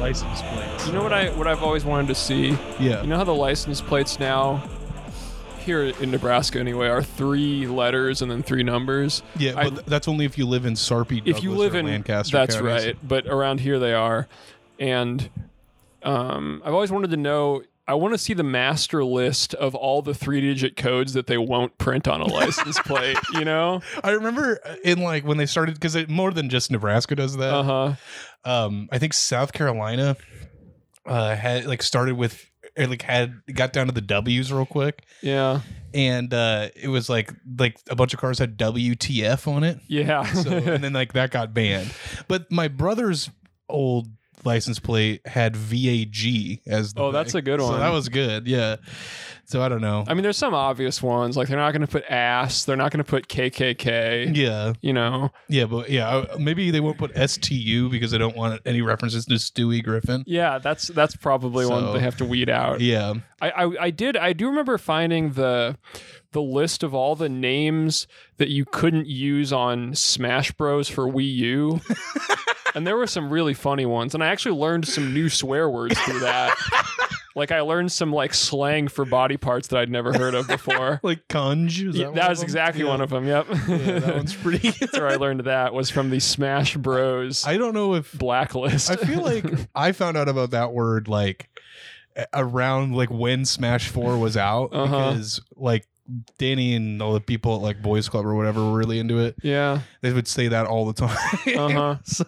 license plates. You know what I what I've always wanted to see? Yeah. You know how the license plates now here in Nebraska anyway are three letters and then three numbers. yeah, I- but th- that's only if you live in Sarpy, if you Douglas, live or in Lancaster. that's counties. right but around here they are and um, i've always wanted to know i want to see the master list of all the three digit codes that they won't print on a license plate you know I remember uh, in like when they started because more than just Nebraska does that. uh-huh um i think south carolina uh had like started with or like had got down to the w's real quick yeah and uh it was like like a bunch of cars had wtf on it yeah so and then like that got banned but my brother's old license plate had vag as the Oh, that's thing. a good so one. that was good yeah so i don't know i mean there's some obvious ones like they're not going to put ass they're not going to put kkk yeah you know yeah but yeah I- maybe they won't put stu because they don't want any references to stewie griffin yeah that's that's probably one So- they have to weed out yeah I, I I did I do remember finding the the list of all the names that you couldn't use on Smash Bros for Wii U. and there were some really funny ones and I actually learned some new swear words through that. like I learned some like slang for body parts that I'd never heard of before. like conj is Yeah, that one of was them? exactly Yeah. one of them. Yep. yeah, that one's pretty. That's where I learned that was from the Smash Bros I don't know if blacklist. I feel like I found out about that word like a- around like when Smash Four was out Uh-huh. because like Danny and all the people at like Boys Club or whatever were really into it. yeah. They would say that all the time. Uh-huh. so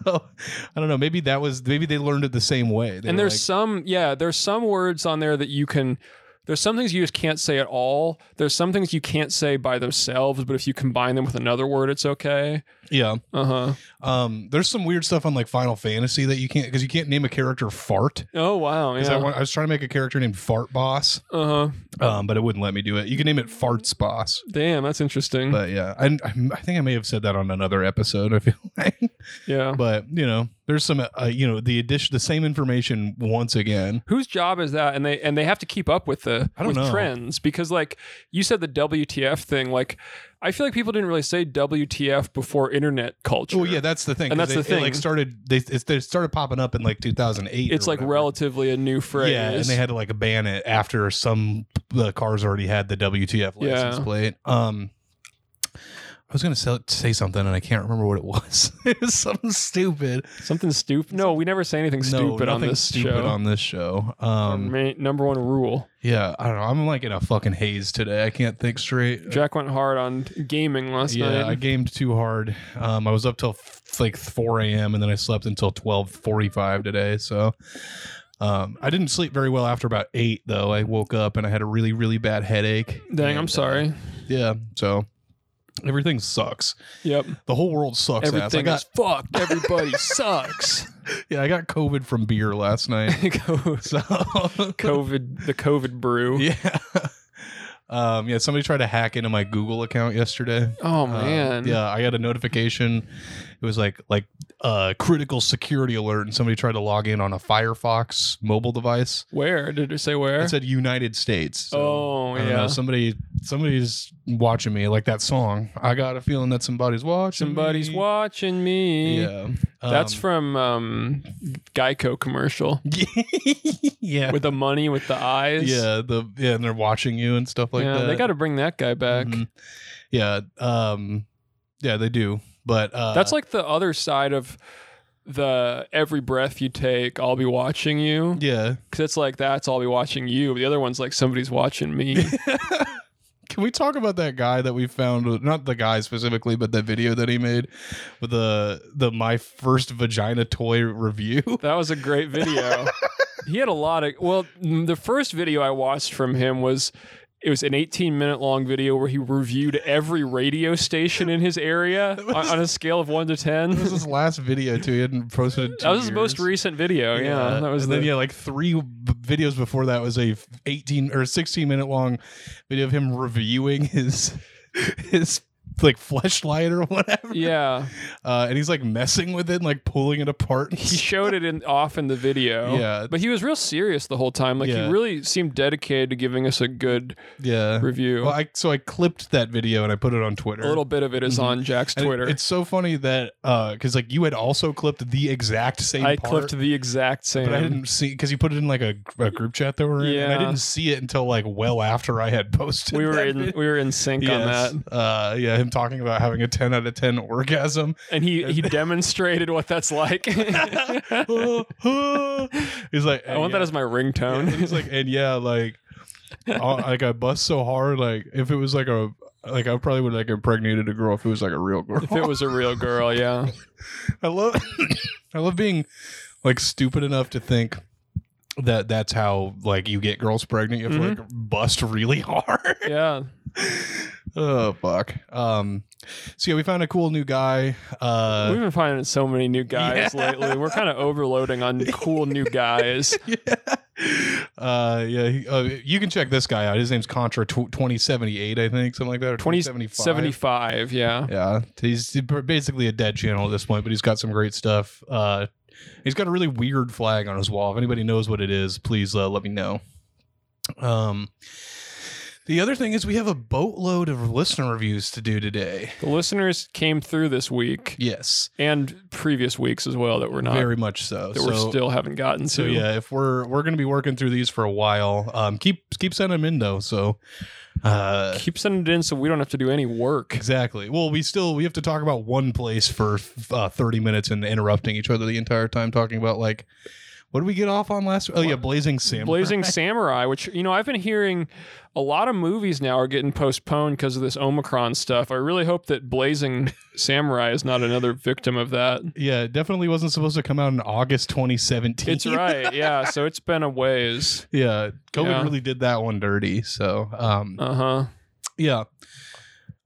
I don't know. Maybe that was maybe they learned it the same way. They and were there's some yeah there's some words on there that you can there's some things you just can't say at all there's some things you can't say by themselves but if you combine them with another word it's okay like- yeah. uh-huh Um, there's some weird stuff on like Final Fantasy that you can't because you can't name a character Fart. oh wow 'Cause yeah I, wa- I was trying to make a character named Fart Boss, uh-huh um, but it wouldn't let me do it. You can name it Farts Boss. damn that's interesting But yeah, I, I- I think I may have said that on another episode. I feel like, yeah but you know, there's some, uh, you know, the addition, the same information once again. Oh, whose job is that and they and they have to keep up with the I don't with know. trends because like you said the wtf thing like i feel like people didn't really say wtf before internet culture Well, yeah, that's the thing. And 'cause that's it- It, the like thing. started, they it, they started popping up in like 2008. it's or like whatever. relatively a new phrase Yeah, and they had to like ban it after some the cars already had the WTF license Yeah. plate. Um, I was gonna sell, say something and I can't remember what it was. it was something stupid. something stupid no we never say anything no, stupid on nothing this stupid show on this show. Our Um, ma- number one rule. Yeah, I don't know. I'm like in a fucking haze today. I can't think straight. Jack went hard on gaming last yeah, I night. gamed too hard. Um, I was up till f- like 4 a.m. and then I slept until 12:45 today. So, um, I didn't sleep very well after about eight though. I woke up and I had a really really bad headache. Dang, And, I'm uh, sorry. yeah, so everything sucks. Yep. The whole world sucks. ass. I Everything got is fucked. Everybody sucks. yeah, I got COVID from beer last night. COVID, So the COVID brew. yeah. Um, yeah, somebody tried to hack into my Google account yesterday. Uh, Oh man. yeah, I got a notification. It was like like uh, critical security alert, and somebody tried to log in on a Firefox mobile device. Where did it say where? It said United States. so oh I don't yeah. know, somebody somebody's watching me like that song. I got a feeling that somebody's watching. Somebody's me. watching me. Yeah, That's Um, from um, Geico commercial yeah, with the money with the eyes. yeah. The yeah, and they're watching you and stuff like yeah. that. They got to bring that guy back. Mhm. Yeah, um, yeah, they do. But uh, That's like the other side of the every breath you take, I'll be watching you. yeah. Cause it's like that's I'll be watching you. The other one's like somebody's watching me. Can we talk about that guy that we found? Not the guy specifically, but the video that he made with the the my first vagina toy review. that was a great video. he had a lot of well, m- the first video I watched from him was it was an 18 minute long video where he reviewed every radio station in his area on, on a scale of one to ten. This is his last video too. He hadn't posted. it in that two was his most years. recent video. Yeah, that was and the, then yeah, like three b- videos before that was a eighteen or sixteen minute long video of him reviewing his his like fleshlight or whatever. Yeah. Uh, and he's like messing with it and like pulling it apart. He showed it in, off in the video. Yeah. But he was real serious the whole time. Like Yeah. he really seemed dedicated to giving us a good yeah. review. Well, I, so I clipped that video and I put it on Twitter. a little bit of it is Mhm. on Jack's And it- Twitter. it's so funny that because like you had also clipped the exact same. I part, clipped the exact same. but I didn't see because you put it in like a, a group chat that we're in. And I Yeah. didn't see it until like well after I had posted. we were that in video. we were in sync on Yes. that. Uh, yeah, him talking about having a 10 out of 10 orgasm. and he he demonstrated what that's like. I he's like, "And want yeah." that as my Yeah, ringtone. he's like, and yeah, like, uh, like I bust so hard, like if it was like a, like I probably would like impregnated a girl if it was like a real girl. if it was a real girl, yeah. I love, I love being like stupid enough to think that that's how like you get girls pregnant. You have to like bust really hard. Yeah. oh fuck. Um. So yeah, we found a cool new guy. Uh. We've been finding so many new guys lately. We're kind of overloading on cool new guys. yeah. Uh, yeah. He, uh, you can check this guy out. His name's Contra tw- 2078, I think, something like that, or 2075. 75, yeah. Yeah. He's basically a dead channel at this point, but he's got some great stuff. Uh, he's got a really weird flag on his wall. If anybody knows what it is, please uh, let me know. Um, the other thing is we have a boatload of listener reviews to do today. The listeners came through this week Yes, and previous weeks as well that we're not very much so. that we So- still haven't gotten to. So yeah, if we're we're gonna be working through these for a while, um, keep keep sending them in though. So, uh, Keep sending it in so we don't have to do any work. exactly. Well, we still we have to talk about one place for uh, thirty minutes and interrupting each other the entire time talking about like what did we get off on last? Oh yeah, Blazing Samurai. Blazing Samurai, which you know I've been hearing a lot of movies now are getting postponed because of this Omicron stuff. I really hope that Blazing Samurai is not another victim of that. Yeah, it definitely wasn't supposed to come out in August 2017. It's right, yeah. So it's been a ways. Yeah, COVID Yeah. really did that one dirty. So, um, Uh huh. yeah.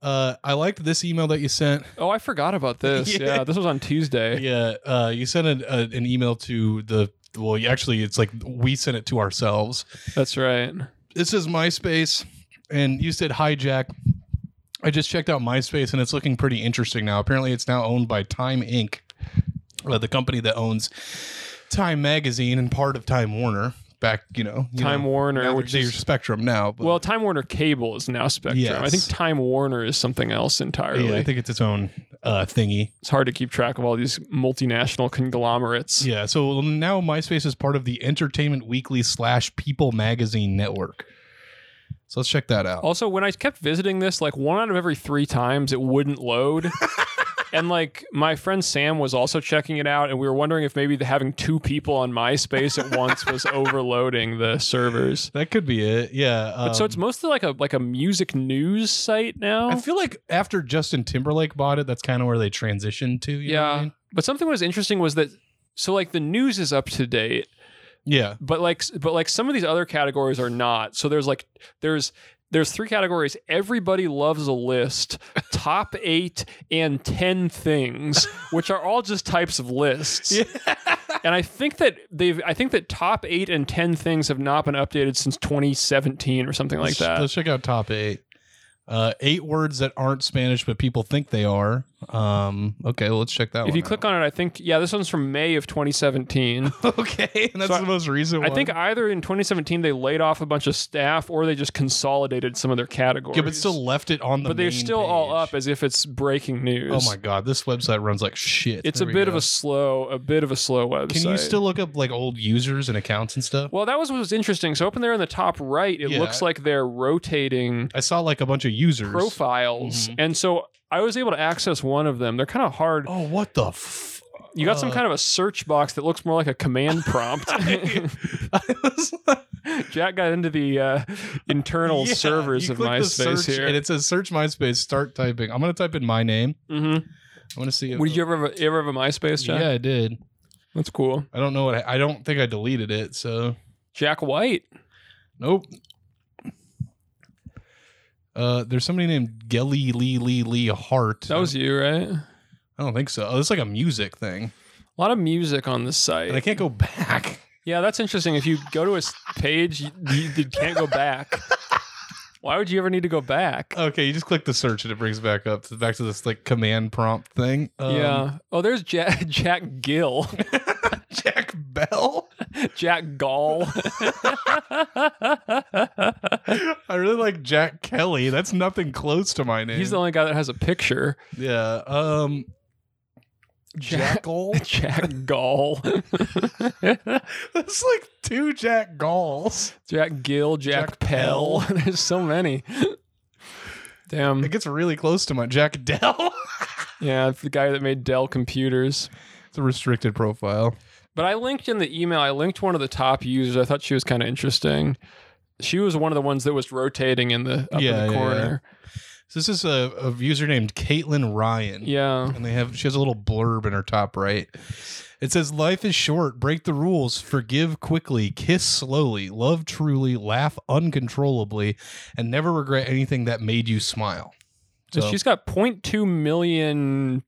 Uh, I liked this email that you sent. Oh, I forgot about this. Yeah. Yeah, this was on Tuesday. Yeah, uh, you sent an, a, an email to the. Well, you- actually, it's like we sent it to ourselves. That's right. This is MySpace, and you said hi, Jack. I just checked out MySpace, and it's looking pretty interesting now. Apparently, it's now owned by Time Inc., uh, the company that owns Time Magazine and part of Time Warner. Back, you know, you Time know, now Warner, they're- which they're is Spectrum now. But well, Time Warner Cable is now Spectrum. I think Yes. Time Warner is something else entirely. yeah, I think it's its own uh, thingy. it's hard to keep track of all these multinational conglomerates. Yeah, so now MySpace is part of the Entertainment Weekly slash People Magazine network. So let's check that out. Also, when I kept visiting this, like one out of every three times, it wouldn't load. and like my friend Sam was also checking it out, and we were wondering if maybe the, having two people on MySpace at once was overloading the servers. That could be it. Yeah. But so um, it's mostly like a like a music news site now. I feel like after Justin Timberlake bought it, that's kind of where they transitioned to. you know what I yeah. mean? But something that was interesting was that so like the news is up to date, Yeah. but like but like some of these other categories are not so there's like there's there's three categories everybody loves a list top eight and ten things which are all just types of lists and i think that they've i think that top eight and ten things have not been updated since 2017 or something like Let's- that Let's check out top eight. Uh, eight words that aren't Spanish, but people think they are. Um, okay, well, let's check that one. if you click on it i think yeah this one's from may of 2017 on, okay, and that's So I- the most recent i one. think either in 2017 they laid off a bunch of staff or they just consolidated some of their categories yeah, but still left it on the. but they're main still all page. up as if it's breaking news. Oh my god, this website runs like shit. It's There a we bit go. of a slow, a bit of a slow website. Can you still look up like old users and accounts and stuff? Well, that was what was interesting. So up in there in the top right, it Yeah. looks like they're rotating I saw like a bunch of users. profiles, Mhm. and so I was able to access one of them. They're kind of hard. Oh, what the? F- You got some uh, kind of a search box that looks more like a command prompt. I was like- Jack got into the uh, internal Yeah, servers you of click the MySpace search, and here. it says search MySpace. Start typing. I'm gonna type in my name. Mm-hmm. I want to see. if- Would you ever have a, ever have a MySpace, Jack? yeah, I did. That's cool. I don't know what. I, I don't think I deleted it. So Jack White. nope. Uh, there's somebody named Gelly Lee Lee Lee Hart. That was you, right? A I don't think so. Oh, it's like a music thing, lot of music on this site. and I can't go back. Yeah, that's interesting. If you go to a s- page, you, you, you can't go back. Why would you ever need to go back? Okay, you just click the search and it brings back up to back to this like command prompt thing. Um, yeah. Oh, there's Jack, Jack Gill, Jack Bell. Jack Gall. I really like Jack Kelly. That's nothing close to my name. He's the only guy that has a picture. yeah. Um, Jack- Jackal. Jack Gall, That's like two Jack Galls. Jack Gill, Jack, Jack Pell. Pell. There's so many. Damn. It gets really close to my Jack Dell. Yeah, it's the guy that made Dell computers. it's a restricted profile. But I linked in the email, I linked one of the top users. I thought she was kind of interesting. She was one of the ones that was rotating in the Yeah, up in yeah, the yeah. corner. So this is a, a user named Caitlin Ryan. Yeah. And they have she has a little blurb in her top right. It says, Life is short, break the rules, forgive quickly, kiss slowly, love truly, laugh uncontrollably, and never regret anything that made you smile. So she's got 0.2 million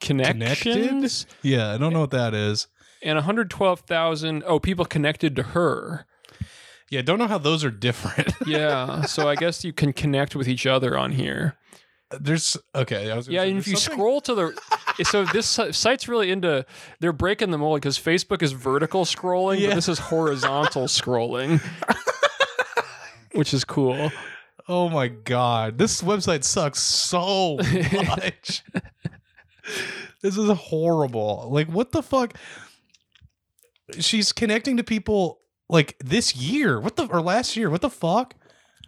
connections yeah, I don't know what that is. and 112,000 oh people connected to her. Yeah, don't know how those are different. Yeah, so I guess you can connect with each other on here. There's okay. I was gonna Yeah, say, and if there's you something- scroll to the so this si- site's really into they're breaking the mold because Facebook is vertical scrolling, but Yeah. this is horizontal scrolling, which is cool. Oh my god, this website sucks so much. this is horrible. Like, what the fuck? She's connecting to people like this year. What the or last year? What the fuck?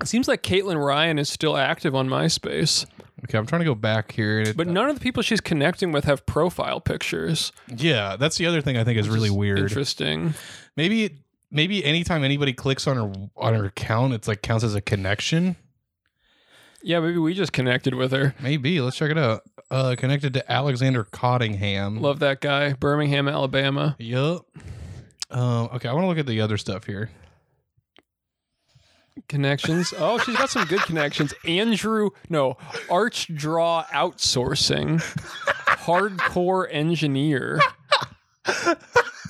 It seems like Caitlin Ryan is still active on MySpace, Okay, I'm trying to go back here. and it- but none of the people she's connecting with have profile pictures. yeah, that's the other thing I think is which really is weird. Interesting. Maybe it, maybe anytime anybody clicks on her on her account, it's like counts as a connection. Yeah, maybe we just connected with her. Maybe let's check it out. Uh, connected to Alexander Cottingham. Love that guy, Birmingham, Alabama. Yup. Um, okay, I want to look at the other stuff here. Connections. Oh, she's got some good connections. Andrew, no, Arch Draw Outsourcing, Hardcore Engineer,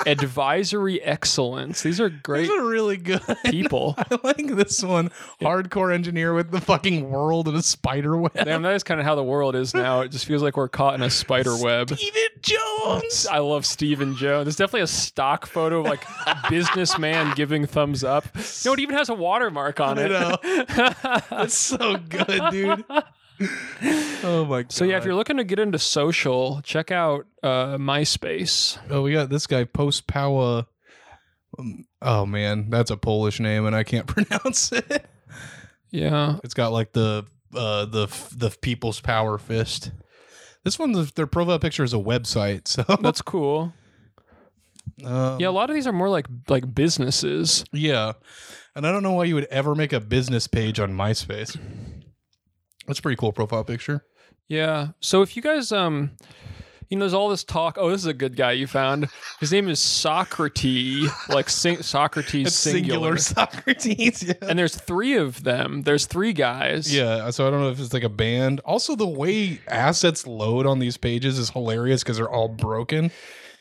Advisory Excellence. These are great These are really good. people. I like this one. Hardcore engineer with the fucking world and a spider web. Damn, that is kind of how the world is now. It just feels like we're caught in a spider web. Steven Jones. I love Steven Jones. There's definitely a stock photo of like a businessman giving thumbs up. No, it even has a watermark on I it. know. That's so good, dude. Oh my god. So yeah, if you're looking to get into social, check out uh, MySpace. oh, we got this guy Post Powa. um, Oh man, that's a Polish name and I can't pronounce it. Yeah, It's got like the uh the f- the people's power fist. This one's their profile picture is a website, so that's cool. um, Yeah, a lot of these are more like like businesses. Yeah. And I don't know why you would ever make a business page on MySpace. That's a pretty cool profile picture. Yeah. So if you guys um you know there's all this talk, oh this is a good guy you found. His name is Socrates, like sing- Socrates singular. Socrates. Yeah. And there's three of them. There's three guys. yeah. So I don't know if it's like a band. Also, the way assets load on these pages is hilarious because they're all broken.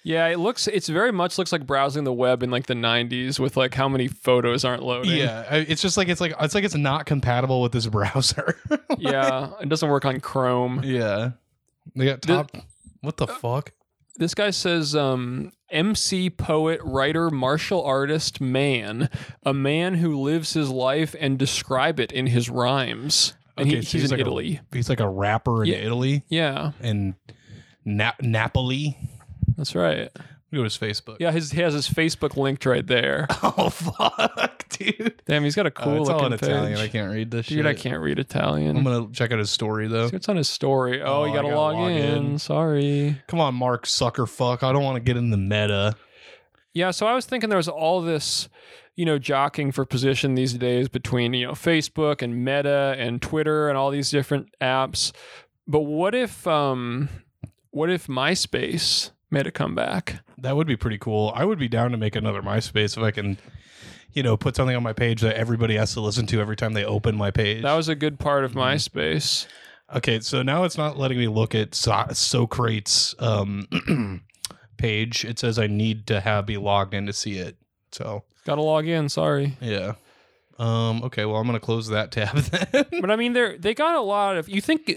Yeah, it looks it's very much looks like browsing the web in like the 90s with like how many photos aren't loading. Yeah. I- It's just like it's like it's like it's not compatible with this browser. Yeah, it doesn't work on Chrome. yeah. They got The- top. what the fuck? This guy says, um, MC, poet, writer, martial artist, man, a man who lives his life and describe it in his rhymes. And he, Okay, so he's, he's in like a- Italy. He's like a rapper in Yeah. Italy yeah, and Nap- Napoli. that's right. Go to his Facebook. Yeah, his, he has his Facebook linked right there. Oh fuck, dude. Damn, he's got a Uh, cool it's looking all in page. Italian. I can't read this Dude, shit. I can't read Italian. I'm gonna check out his story though. it's on his story. Oh, Oh, you I gotta, gotta log, log in. in. Sorry. Come on, Mark sucker fuck. I don't want to get in the meta. Yeah, so I was thinking there was all this, you know, jockeying for position these days between, you know, Facebook and Meta and Twitter and all these different apps. But what if um what if MySpace made a comeback? That would be pretty cool. I would be down to make another MySpace if I can, you know, put something on my page that everybody has to listen to every time they open my page. That was a good part of Mhm. MySpace. okay, so now it's not letting me look at so- Socrates um, page. It says I need to have be logged in to see it. So Gotta log in, sorry. yeah, Um, okay, well, I'm going to close that tab then. But I mean, they they got a lot of. You think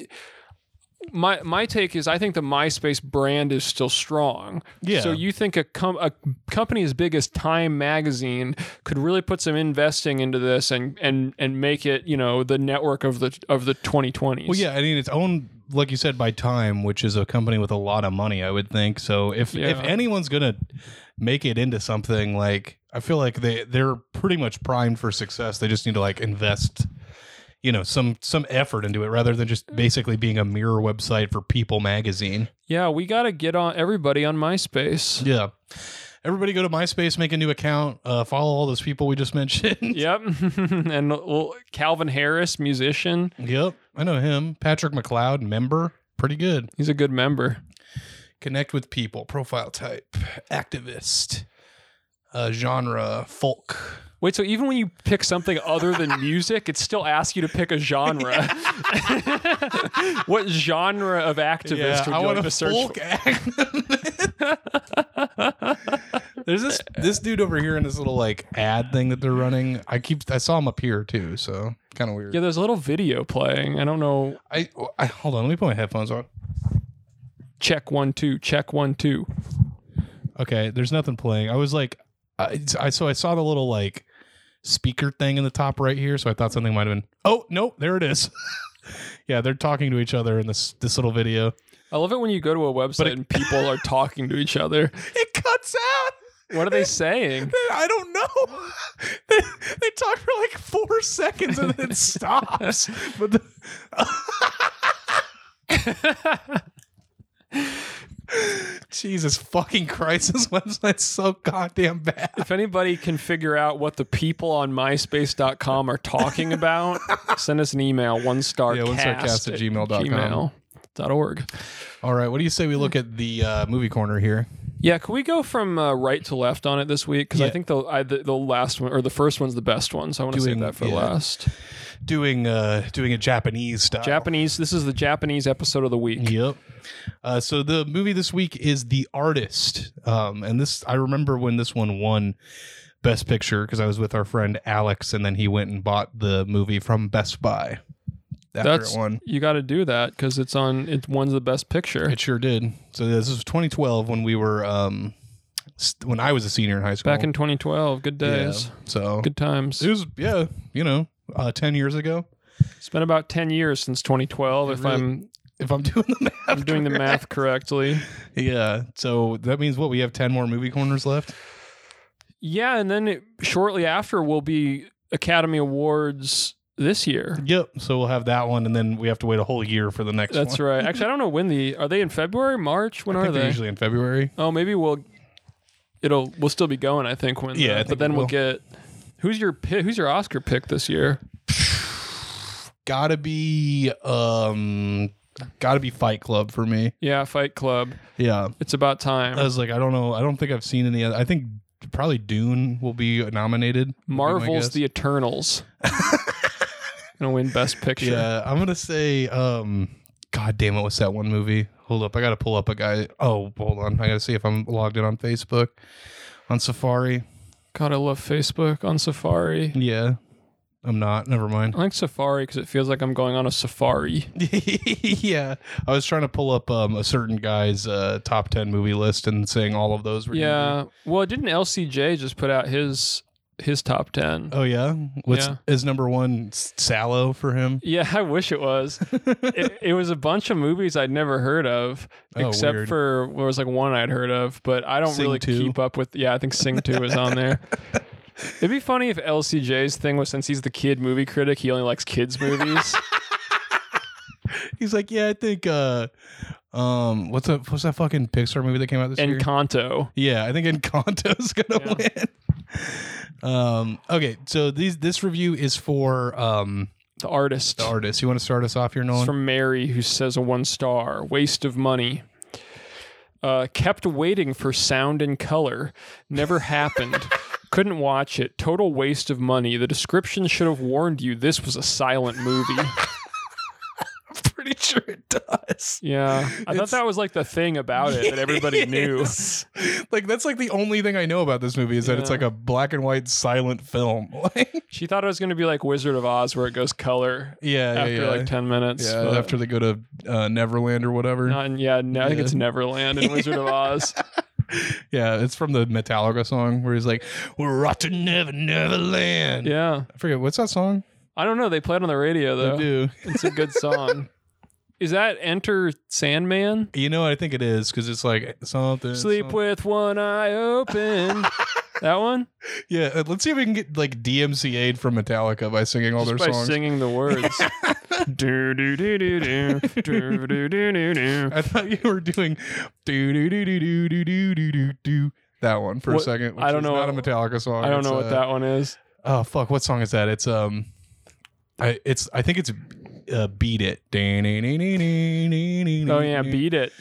my my take is I think the MySpace brand is still strong. Yeah. So you think a com- a company as big as Time Magazine could really put some investing into this and and and make it you know the network of the of the 2020s. well, yeah, I mean, it's owned, like you said, by Time, which is a company with a lot of money, I would think. So if, if Yeah. anyone's going to make it into something, like, I feel like they, they're pretty much primed for success. They just need to, like, invest. You know, some some effort into it rather than just basically being a mirror website for People magazine. Yeah, we got to get on everybody on MySpace. Yeah. Everybody go to MySpace, make a new account, uh, follow all those people we just mentioned. Yep. and well, Calvin Harris, musician, Yep, I know him. Patrick McLeod, member, pretty good. he's a good member. Connect with people, profile type, activist, uh, genre, folk. Wait, so even when you pick something other than music, it still asks you to pick a genre. what genre of activist would you I want like a to search folk activist. There's this this dude over here in this little like ad thing that they're running. I keep I saw him up here too, so kind of weird. for? Yeah, there's a little video playing. I don't know. I, I hold on, let me put my headphones on. Check one, two, check one, two. Okay, there's nothing playing. I was like, I, I so I saw the little like speaker thing in the top right here, so I thought something might have been. Oh no, there it is. yeah, they're talking to each other in this this little video. I love it when you go to a website it- and people are talking to each other. It cuts out. What are they saying? I don't know. they, they talk for like four seconds and then it stops. But the, Jesus fucking Christ, this website's so goddamn bad. If anybody can figure out what the people on myspace.com are talking about, send us an email, one star Yeah, onestarcast at gmail.com. org. All right, what do you say we look at the uh, movie corner here? Yeah, can we go from uh, right to left on it this week? Because Yeah. I think the, I, the the last one or the first one's the best one, so I want to Doing- save that for yeah. last. Doing uh, doing a Japanese style. Japanese. This is the Japanese episode of the week. Yep. Uh, so the movie this week is The Artist, um, and this I remember when this one won Best Picture because I was with our friend Alex, and then he went and bought the movie from Best Buy. After That's it won, You got to do that because it's on. It wins the best picture it sure did. So this was 2012 when we were um, st- when I was a senior in high school. back in 2012. Good Yeah. days, So good times. it was yeah, you know, uh, ten years ago. It's been about 10 years since 2012. If really- I'm If I'm doing the math, I'm doing the math correctly. Yeah. So that means what? We have 10 more movie corners left? Yeah, and then it, shortly after will be Academy Awards this year. Yep. So we'll have that one, and then we have to wait a whole year for the next one. That's right. Actually, I don't know when the are they in February, March? When I are think they're they? usually in February. Oh, maybe we'll it'll we'll still be going. I think when Yeah, I the- think but then we we'll will. get who's your pi- who's your Oscar pick this year? Gotta be, um, gotta be Fight Club for me. Yeah, Fight Club. Yeah. It's about time. I was like, I don't know. I don't think I've seen any. Other, I think probably Dune will be nominated. would be my Marvel's guess. The Eternals. Gonna win Best Picture. Yeah. I'm gonna say, um, God damn it, what's that one movie? Hold up, I gotta pull up a guy. Oh, hold on, I gotta see if I'm logged in on Facebook, on Safari. God, I love Facebook on Safari. Yeah, I'm not. Never mind. I like Safari because it feels like I'm going on a safari. yeah, I was trying to pull up um, a certain guy's uh, top ten movie list and saying all of those. Were Yeah. Well, didn't LCJ just put out his his top ten? Oh yeah. What's Yeah. is number one? S- Sallow for him. Yeah, I wish it was. it, it was a bunch of movies I'd never heard of, Oh, except weird. for well, there was like one I'd heard of, but I don't Sing really 2. keep up with. Yeah, I think Sing Two is on there. It'd be funny if LCJ's thing was since he's the kid movie critic, he only likes kids movies. He's like, yeah, I think. Uh, um, what's that? What's that fucking Pixar movie that came out this year? Encanto. Yeah, I think Encanto's gonna win. Um, okay, so these this review is for um The artist the artists. You want to start us off here, It's Nolan? from Mary, who says a one star waste of money. Uh, kept waiting for sound and color. Never happened. Couldn't watch it. Total waste of money. The description should have warned you this was a silent movie. pretty sure it does. Yeah. I thought It's- that was like the thing about it that everybody knew. Yes. Like that's like the only thing I know about this movie is that it's Yeah. like a black and white silent film. Like, She thought it was going to be like Wizard of Oz, where it goes color Yeah, yeah, after yeah. like ten minutes. yeah, but after they go to uh, Neverland or whatever. not in- yeah, no, I think Yeah. it's Neverland and Wizard of Oz. yeah, it's from the Metallica song where he's like, "We're off to Never Neverland." Yeah, I forget what's that song. I don't know. They play it on the radio I though. do. It's a good song. Is that Enter Sandman? You know, I think it is because it's like something. Sleep something- with one eye open. that one? Yeah, uh, let's see if we can get like DMCA'd from Metallica by singing all Just their by songs. singing the words. do do do do do do do do do do. I thought you were doing do do do do do do do do do do that one for a What- second. Which I don't is know- Not a Metallica song. I don't It's, know what uh, that one is. Oh fuck! What song is that? It's um, I it's I think it's uh, beat it. Oh Oh yeah, beat it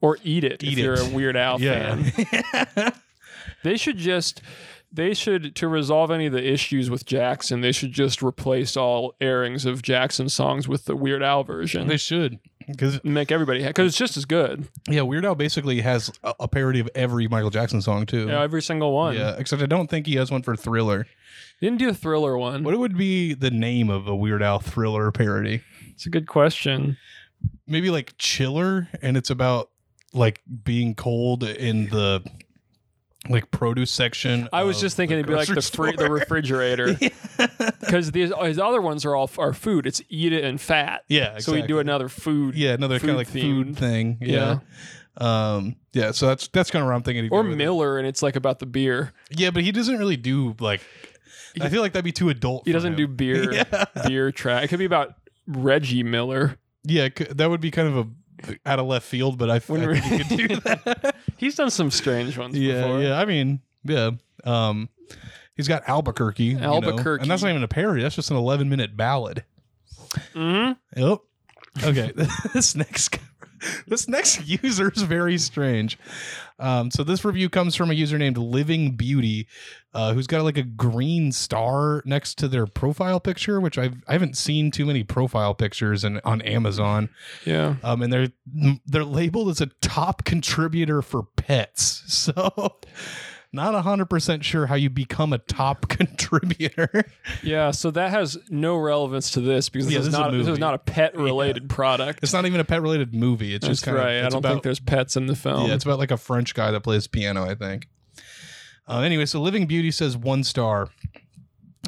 or eat it Eat if you're it. a Weird Al fan. Yeah. They should just they should to resolve any of the issues with Jackson. They should just replace all airings of Jackson songs with the Weird Al version. they should because And make everybody because it's just as good. yeah, Weird Al basically has a, a parody of every Michael Jackson song too. You know, every single one. Yeah, except I don't think he has one for Thriller. Didn't do a thriller one. What would be the name of a Weird Al Thriller parody? It's a good question. Maybe like Chiller, and it's about like being cold in the like produce section. I was of just thinking it'd be like the grocery free, the store. refrigigerator because these his other ones are all are food. It's eat it and fat. Yeah, So we do exactly. another food. Yeah, another kind of food like themed. food thing. Yeah. Yeah. Um. Yeah. So that's that's kind of where I'm thinking. he'd Or go with it. Miller, and it's like about the beer. Yeah, but he doesn't really do like. I feel like that'd be too adult. He for doesn't him. do beer Yeah. beer track. It could be about Reggie Miller. Yeah, c- that would be kind of a out of left field, but I, f- I When think you could do that. He's done some strange ones yeah. before. Yeah. I mean, yeah. Um. He's got Albuquerque. you know, Albuquerque. and that's not even a parody. That's just an 11 minute ballad. hmm Yep. Okay. this next this next user is very strange. Um, so this review comes from a user named Living Beauty, uh, who's got like a green star next to their profile picture, which I've I haven't seen too many profile pictures in, on Amazon. Yeah. Um, and they're they're labeled as a top contributor for pets. So. Not hundred percent sure how you become a top contributor. Yeah. So that has no relevance to this because this, Yeah, is, this is a not, this is movie. not a pet related product. It's not even a pet-related movie. It's That's just kind right. of. I it's don't about- think there's pets in the film. Yeah, it's about like a French guy that plays piano, I think. Uh, anyway, so Living Beauty says one star.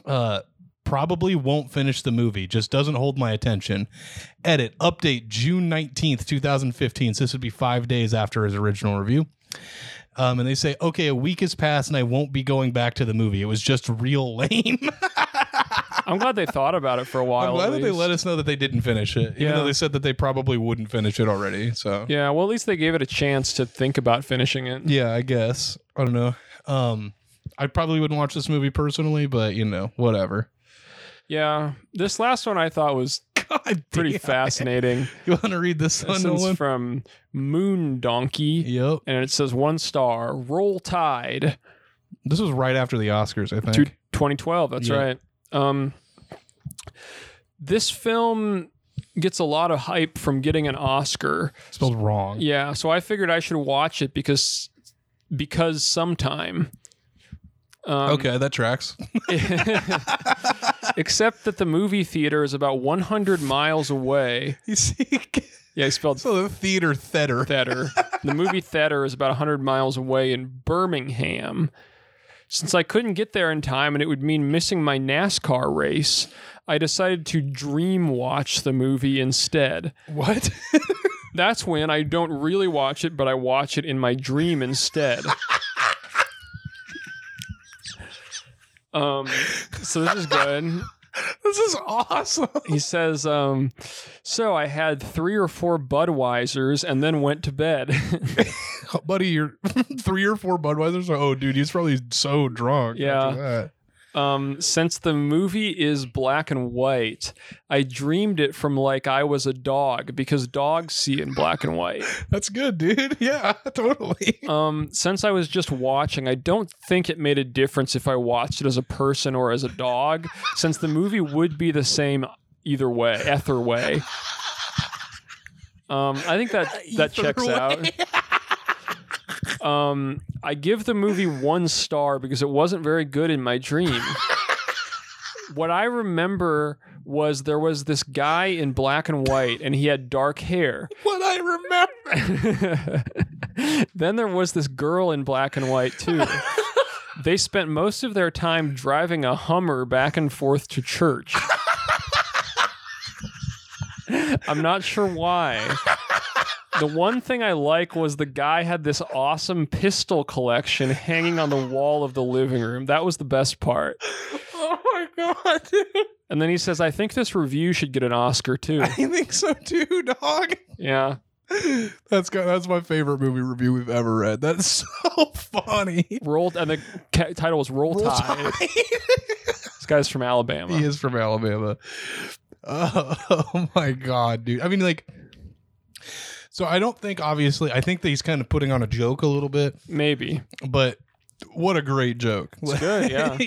Uh, probably won't finish the movie. Just doesn't hold my attention. Edit update June nineteenth, two thousand fifteen. So this would be five days after his original review. Um, and they say, okay, a week has passed, and I won't be going back to the movie. It was just real lame. I'm glad they thought about it for a while. I'm at glad that they least. let us know that they didn't finish it, even Yeah. though they said that they probably wouldn't finish it already. So Yeah, well, at least they gave it a chance to think about finishing it. Yeah, I guess. I don't know. Um I probably wouldn't watch this movie personally, but you know, whatever. Yeah, this last one I thought was God, pretty damn. fascinating. You want to read this one, This one's Nolan? from Moon Donkey, Yep. and it says one star. Roll Tide This was right after the Oscars, I to think. 2012. That's Yeah. right. Um, this film gets a lot of hype from getting an Oscar. Spelled wrong. Yeah, so I figured I should watch it because because sometime. Um, okay, that tracks. Except that the movie theater is about 100 miles away. You see, Yeah, he spelled so the theater theater. theater. The movie theater is about 100 miles away in Birmingham. Since I couldn't get there in time and it would mean missing my NASCAR race, I decided to dream watch the movie instead. What? That's when I don't really watch it, but I watch it in my dream instead. Um, so this is good. this is awesome. he says, um, "So I had three or four Budweisers and then went to bed." Buddy, you're three or four Budweiser's. Oh, dude, he's probably so drunk. Yeah. after that. um, since the movie is black and white, I dreamed it from like I was a dog because dogs see in black and white. That's good, dude. Yeah, totally. Um, since I was just watching, I don't think it made a difference if I watched it as a person or as a dog, since the movie would be the same either way, ether way. Um, I think that that Either checks way. out. Um, I give the movie one star because it wasn't very good in my dream. what I remember was there was this guy in black and white, and he had dark hair. What I remember. then there was this girl in black and white too. They spent most of their time driving a Hummer back and forth to church. I'm not sure why. The one thing I like was the guy had this awesome pistol collection hanging on the wall of the living room. That was the best part. Oh my god, dude. And then he says, I think this review should get an Oscar too. I think so too, dog. Yeah. That's got, that's my favorite movie review we've ever read. That's so funny. Roll, and the ca- title was Roll, Roll Tide. Tide. This guy's from Alabama. he is from Alabama. Oh, oh my god, dude. I mean, like, so I don't think obviously. I think that he's kind of putting on a joke a little bit, Maybe. but what a great joke! It's good, yeah.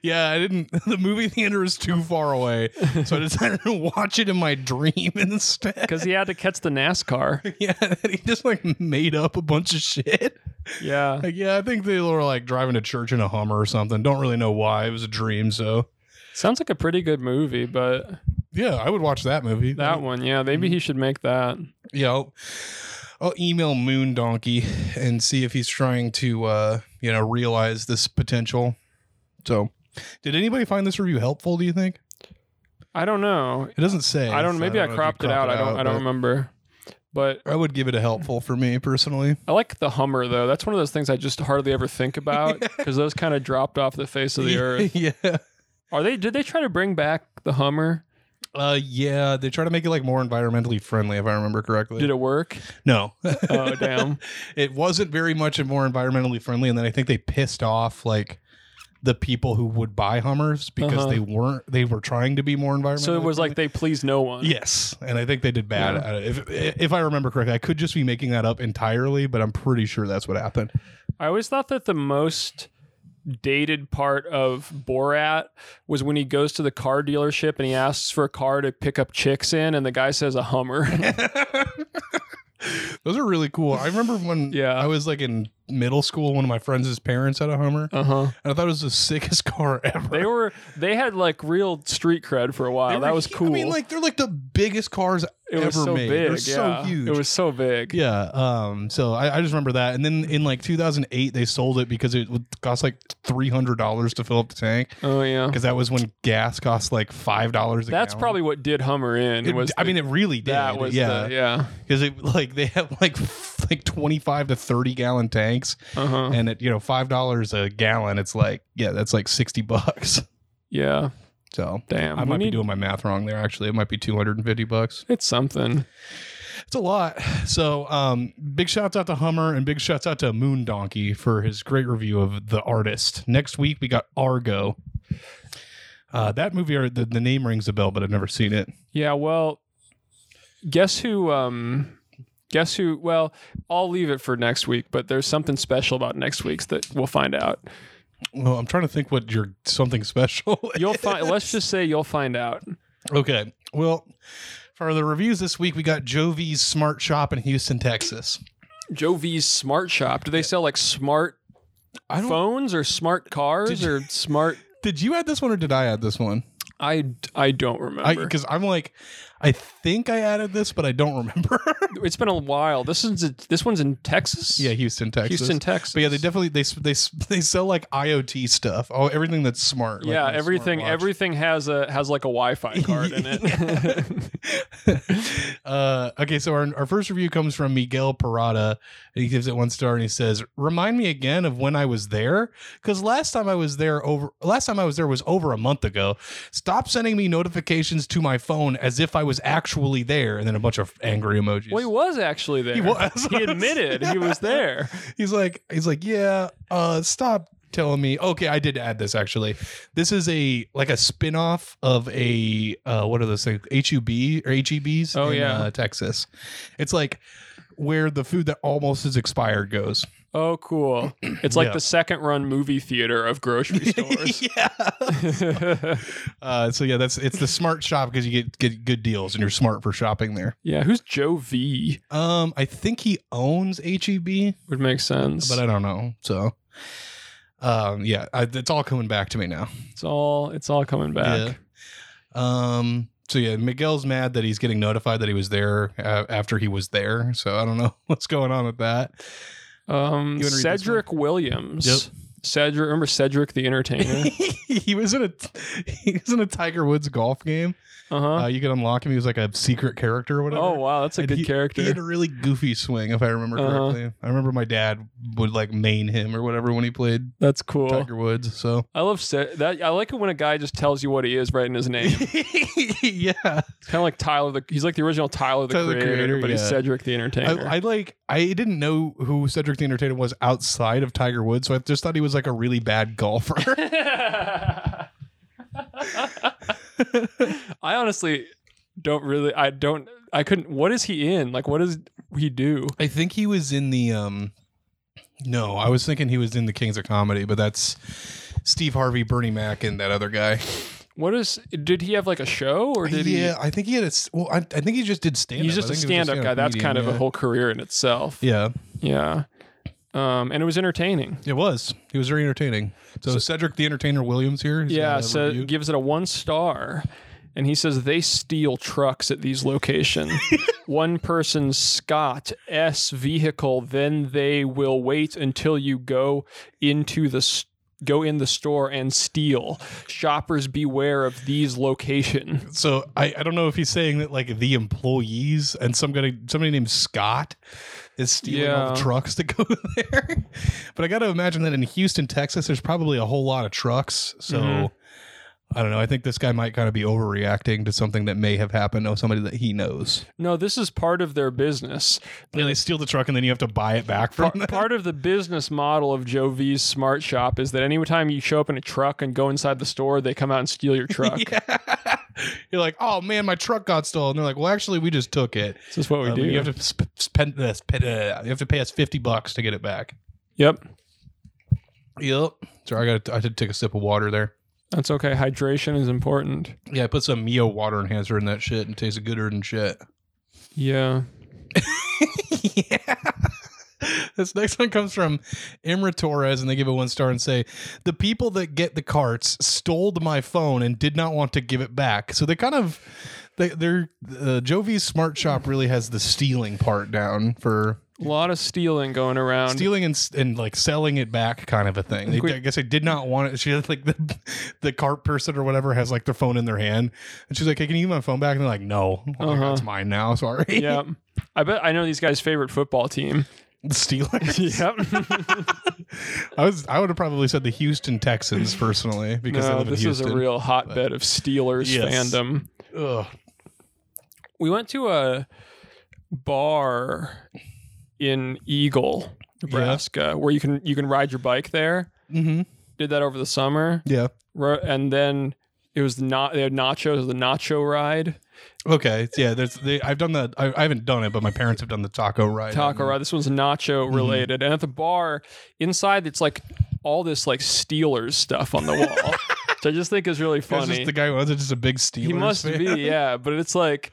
Yeah, I didn't. The movie theater is too far away, so I decided to watch it in my dream instead. Because he had to catch the NASCAR. Yeah, he just like made up a bunch of shit. Yeah. Like, yeah, I think they were like driving to church in a Hummer or something. Don't really know why. It was a dream, so Sounds like a pretty good movie, but yeah, I would watch that movie. that one, yeah, maybe he should make that. Yeah, I'll, I'll email Moon Donkey and see if he's trying to, uh, you know, realize this potential. So, did anybody find this review helpful? Do you think I don't know. it doesn't say? I don't. so Maybe I, know if you cropped it out. I don't. I don't but remember. But I would give it a helpful for me personally. I like the Hummer though. That's one of those things I just hardly ever think about because those kind of dropped off the face of the earth. yeah. Are they? Did they try to bring back the Hummer? Uh, yeah. They try to make it like more environmentally friendly, if I remember correctly. Did it work? no, Oh damn! it wasn't very much more environmentally friendly and then i think they pissed off like the people who would buy hummers because Uh-huh. they weren't they were trying to be more environmentally So it was like friendly. they please no one. yes and i think they did bad Yeah. at it. if, if i remember correctly i could just be making that up entirely but i'm pretty sure that's what happened I always thought that the most dated part of Borat was when he goes to the car dealership and he asks for a car to pick up chicks in, and the guy says a Hummer. those are really cool i remember when Yeah. i was like in middle school one of my friends' parents had a hummer uh huh. and i thought it was the sickest car ever They were they had like real street cred for a They while. were that was hu- cool. i mean like they're like the biggest cars it ever was so made big. they're so yeah. huge It was so big. Yeah. Um. So I, I just remember that, and then in like 2008, they sold it because it would cost like three hundred dollars to fill up the tank Oh yeah. because that was when gas cost like five dollars. That's probably what did Hummer in. It, was I the- mean, it really did. that was the, yeah, yeah. because it like they had like f- like twenty five to thirty gallon tanks, Uh huh. and at you know five dollars a gallon, it's like yeah, that's like sixty bucks. Yeah. So Damn. I we might be need- doing my math wrong there. Actually, it might be two hundred and fifty bucks. It's something. It's a lot. So, um, big shouts out to Hummer and big shouts out to Moon Donkey for his great review of The Artist. Next week, we got Argo. Uh, that movie, or the, the name rings a bell, but I've never seen it. Yeah, well, guess who? Um, guess who? Well, I'll leave it for next week, but there's something special about next week's that we'll find out. Well, I'm trying to think what your something special. You'll is. find. let's just say you'll find out. Okay. Well, for the reviews this week, we got Jovi's Smart Shop in Houston, Texas. Jovi's Smart Shop. Do they sell like smart I don't. phones or smart cars Did- or smart? Did you add this one or did I add this one? I I don't remember. Because I'm like, I think I added this, but I don't remember. it's been a while. This is this one's in Texas. yeah, Houston, Texas. Houston, Texas. But yeah, they definitely they they they sell like IoT stuff. Oh, everything that's smart. like yeah, on a everything smartwatch. everything has a has like a Wi-Fi card in it. uh, okay, so our, our first review comes from Miguel Parada. And he gives it one star and he says, "Remind me again of when I was there, because last time I was there over last time I was there was over a month ago. Stop sending me notifications to my phone as if I was actually there." And then a bunch of angry emojis. well, he was actually there. He was. He admitted he was there. he's like he's like yeah uh stop telling me okay i did add this actually this is a like a spin-off of a uh what are those things hub or hebs Oh, in, yeah. uh, texas it's like where the food that almost is expired goes Oh, cool. It's like Yeah. the second run movie theater of grocery stores. yeah uh so yeah that's it's the smart shop because you get, get good deals and you're smart for shopping there yeah, who's Joe V? um i think he owns heb uh, Would make sense. but i don't know so Um, yeah, I, it's all coming back to me now. It's all it's all coming back. Yeah. Um. So yeah, Miguel's mad that he's getting notified that he was there uh, after he was there. So I don't know what's going on with that. You Um, wanna read this Cedric Williams. Yep. Cedric, remember Cedric the Entertainer? he was in a he was in a Tiger Woods golf game. Uh-huh. Uh, you could unlock him. He was like a secret character or whatever. oh wow, that's a And good he- character. He had a really goofy swing, if I remember Uh-huh. correctly. I remember my dad would like main him or whatever when he played that's cool. Tiger Woods. So I love Ce- that. I like it when a guy just tells you what he is right in his name. yeah, kind of like Tyler. The, he's like the original Tyler the, Tyler the creator, Creator, but he's yeah. Cedric the I, Entertainer. I like I didn't know who Cedric the Entertainer was outside of Tiger Woods, so I just thought he was like a really bad golfer. I, honestly don't really. I don't. I couldn't. What is he in? Like, what does he do? I think he was in the um no, I was thinking he was in the Kings of Comedy, but that's Steve Harvey, Bernie Mac, and that other guy. What is? Did he have like a show or did yeah, I think he had a s- well. I, I think he just did he? stand. He's just a stand-up guy. That's kind of a whole career in itself. Yeah, Yeah. Um, and it was entertaining. it was. He was very entertaining. So, Cedric the Entertainer Williams here. is, Yeah, uh, so review. gives it a one star. And he says they steal trucks at these locations. one person Scott S vehicle, then they will wait until you go into the s- go in the store and steal. Shoppers beware of these location. so I, I don't know if he's saying that like the employees and some guy somebody named Scott is stealing all the Yeah. trucks to go there. but I got to imagine that in Houston, Texas, there's probably a whole lot of trucks. So Mhm. I don't know. I think this guy might kind of be overreacting to something that may have happened to somebody that he knows. No, this is part of their business. Yeah, they steal the truck and then you have to buy it back from them. Part of the business model of Joe V's smart shop is that anytime you show up in a truck and go inside the store, they come out and steal your truck. Yeah. You're like, oh man, my truck got stolen. And they're like, well, actually, we just took it. This is what we Um, do. You have to sp- spend this. pay- uh, You have to pay us fifty bucks to get it back. yep. Yep. Sorry, I got. I did take a sip of water there. That's okay. Hydration is important. Yeah, I put some Mio water enhancer in that shit and it tasted gooder than shit. Yeah. yeah. This next one comes from Imra Torres, and they give it one star and say, "The people that get the carts stole my phone and did not want to give it back." So they kind of, they, they're uh, Jovi's Smart Shop really has the stealing part down for A lot of stealing going around. stealing and, s- and like selling it back kind of a thing. They, we- I guess they did not want it. She had like the the cart person or whatever has like their phone in their hand, and she's like, "Hey, can you give my phone back?" And they're like, "No, I'm like, Uh-huh. it's mine now. Sorry." yeah. I bet I know these guys' favorite football team. The Steelers. Yep. I was I would have probably said the Houston Texans personally because I no, live in Uh, this Houston. is a real hotbed of Steelers Yes. fandom. Ugh. We went to a bar in Eagle, Nebraska, where you can you can ride your bike there. Mm-hmm. Did that over the summer, Yeah. Ro- and then it was not they had nachos, the nacho ride. Okay. Yeah. There's. They, I've done the. I, I haven't done it, but my parents have done the taco ride. taco ride. This one's Mm-hmm. nacho related. And at the bar inside, it's like all this like Steelers stuff on the wall, which I just think is really It's funny. just the guy was it just a big Steelers. he must fan? be, yeah. But it's like,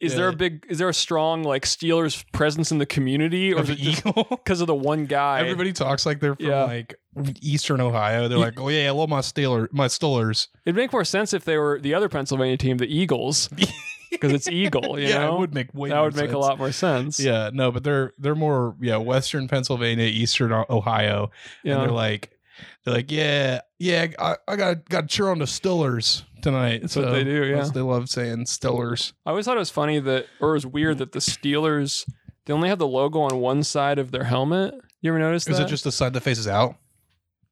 is there a Yeah. big, is there a strong like Steelers presence in the community, or Of is it just Eagle. because of the one guy? Everybody talks like they're from Yeah. like Eastern Ohio. They're like, oh yeah, I love my Steeler, my Steelers. It'd make more sense if they were the other Pennsylvania team, the Eagles, because it's Eagle. You yeah, know, it would make way that more would make sense. a lot more sense. Yeah, no, but they're they're more yeah Western Pennsylvania, Eastern O- Ohio, Yeah. and they're like they're like yeah yeah I, I got got to cheer on the Stillers tonight. That's what they do, yeah. that's- they love saying Stillers. I always thought it was funny that, or it was weird that the Steelers they only have the logo on one side of their helmet. You ever notice Is that? it just the side that faces out?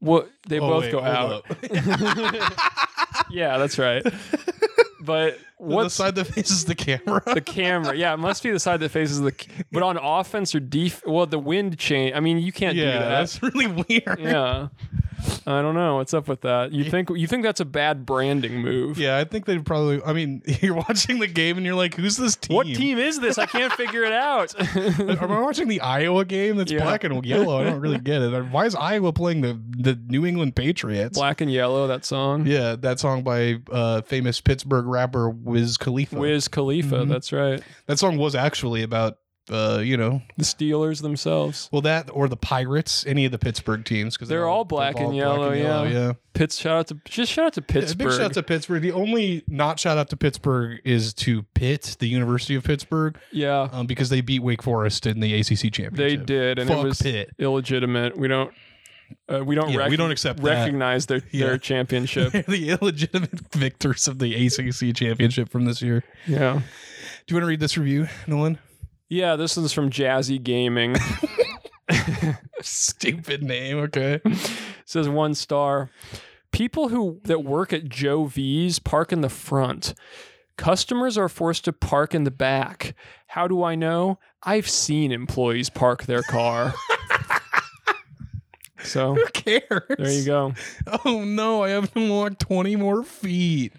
what they Oh, both wait, go hold out? up. yeah, that's right. But the what's the, side that faces the camera? camera? Yeah, it must be the side that faces the. c- But on offense or def, well, the wind change. I mean, you can't yeah, do that's really weird. that. Yeah, I don't know what's up with that. You think you think that's a bad branding move? Yeah, I think they'd probably. I mean, you're watching the game and you're like, "Who's this team? What team is this? I can't figure it out. Am I watching the Iowa game? That's Yeah. black and yellow. I don't really get it. Why is Iowa playing the the New England Patriots? Black and yellow. That song. Yeah, that song by uh, famous Pittsburgh rapper Wiz Khalifa. Mm-hmm. Wiz Khalifa. That's right. That song was actually about uh, you know, The Steelers themselves. well that or the Pirates, any of the Pittsburgh teams because They're all black and yellow, yeah. yeah. Pitts, shout out to just shout out to Yeah, Pittsburgh. Big shout out to Pittsburgh. The only not shout out to Pittsburgh is to Pitt, the University of Pittsburgh, yeah, um, because they beat Wake Forest in the ACC championship. they did, and Fuck it was Pitt. illegitimate. We don't uh, we don't Yeah, rec- we don't accept that. recognize their Yeah. their championship. They're the illegitimate victors of the ACC championship from this year. yeah, Do you want to read this review, Nolan? yeah. This one's from Jazzy Gaming. Stupid name. Okay. says one star. People who that work at Joe V's park in the front. Customers are forced to park in the back. How do I know? I've seen employees park their car. so Who cares? there you go. Oh no, I have to walk 20 more feet.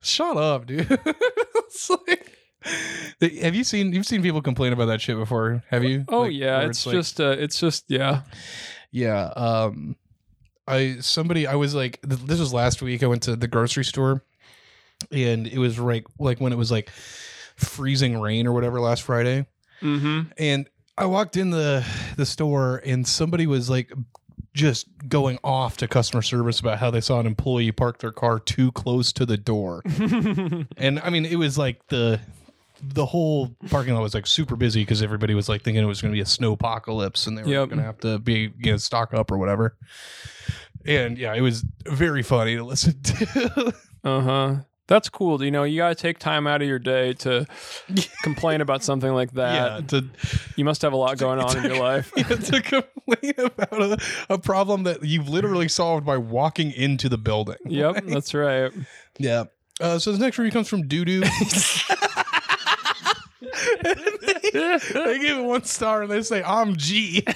Shut up, dude. It's like- They- have you seen you've seen people complain about that shit before? Have you? Oh Like, yeah, where it's, like- just uh, it's just yeah. Yeah. Um I somebody I was like th- this was last week I went to the grocery store and it was right like when it was like freezing rain or whatever last Friday Mm-hmm. and I walked in the the store and somebody was like just going off to customer service about how they saw an employee park their car too close to the door. and I mean it was like the the whole parking lot was like super busy because everybody was like thinking it was going to be a snow apocalypse and they were Yep. going to have to be you know stock up or whatever. And yeah, it was very funny to listen to. uh huh. That's cool. You know, you gotta take time out of your day to complain about something like yeah, that. to You must have a lot going on in your life. you know, to complain about a, a problem that you've literally solved by walking into the building. Yep, that's right. Yeah. Uh, so this next review comes from Doo Doo. they, they give it one star and they say, I'm G.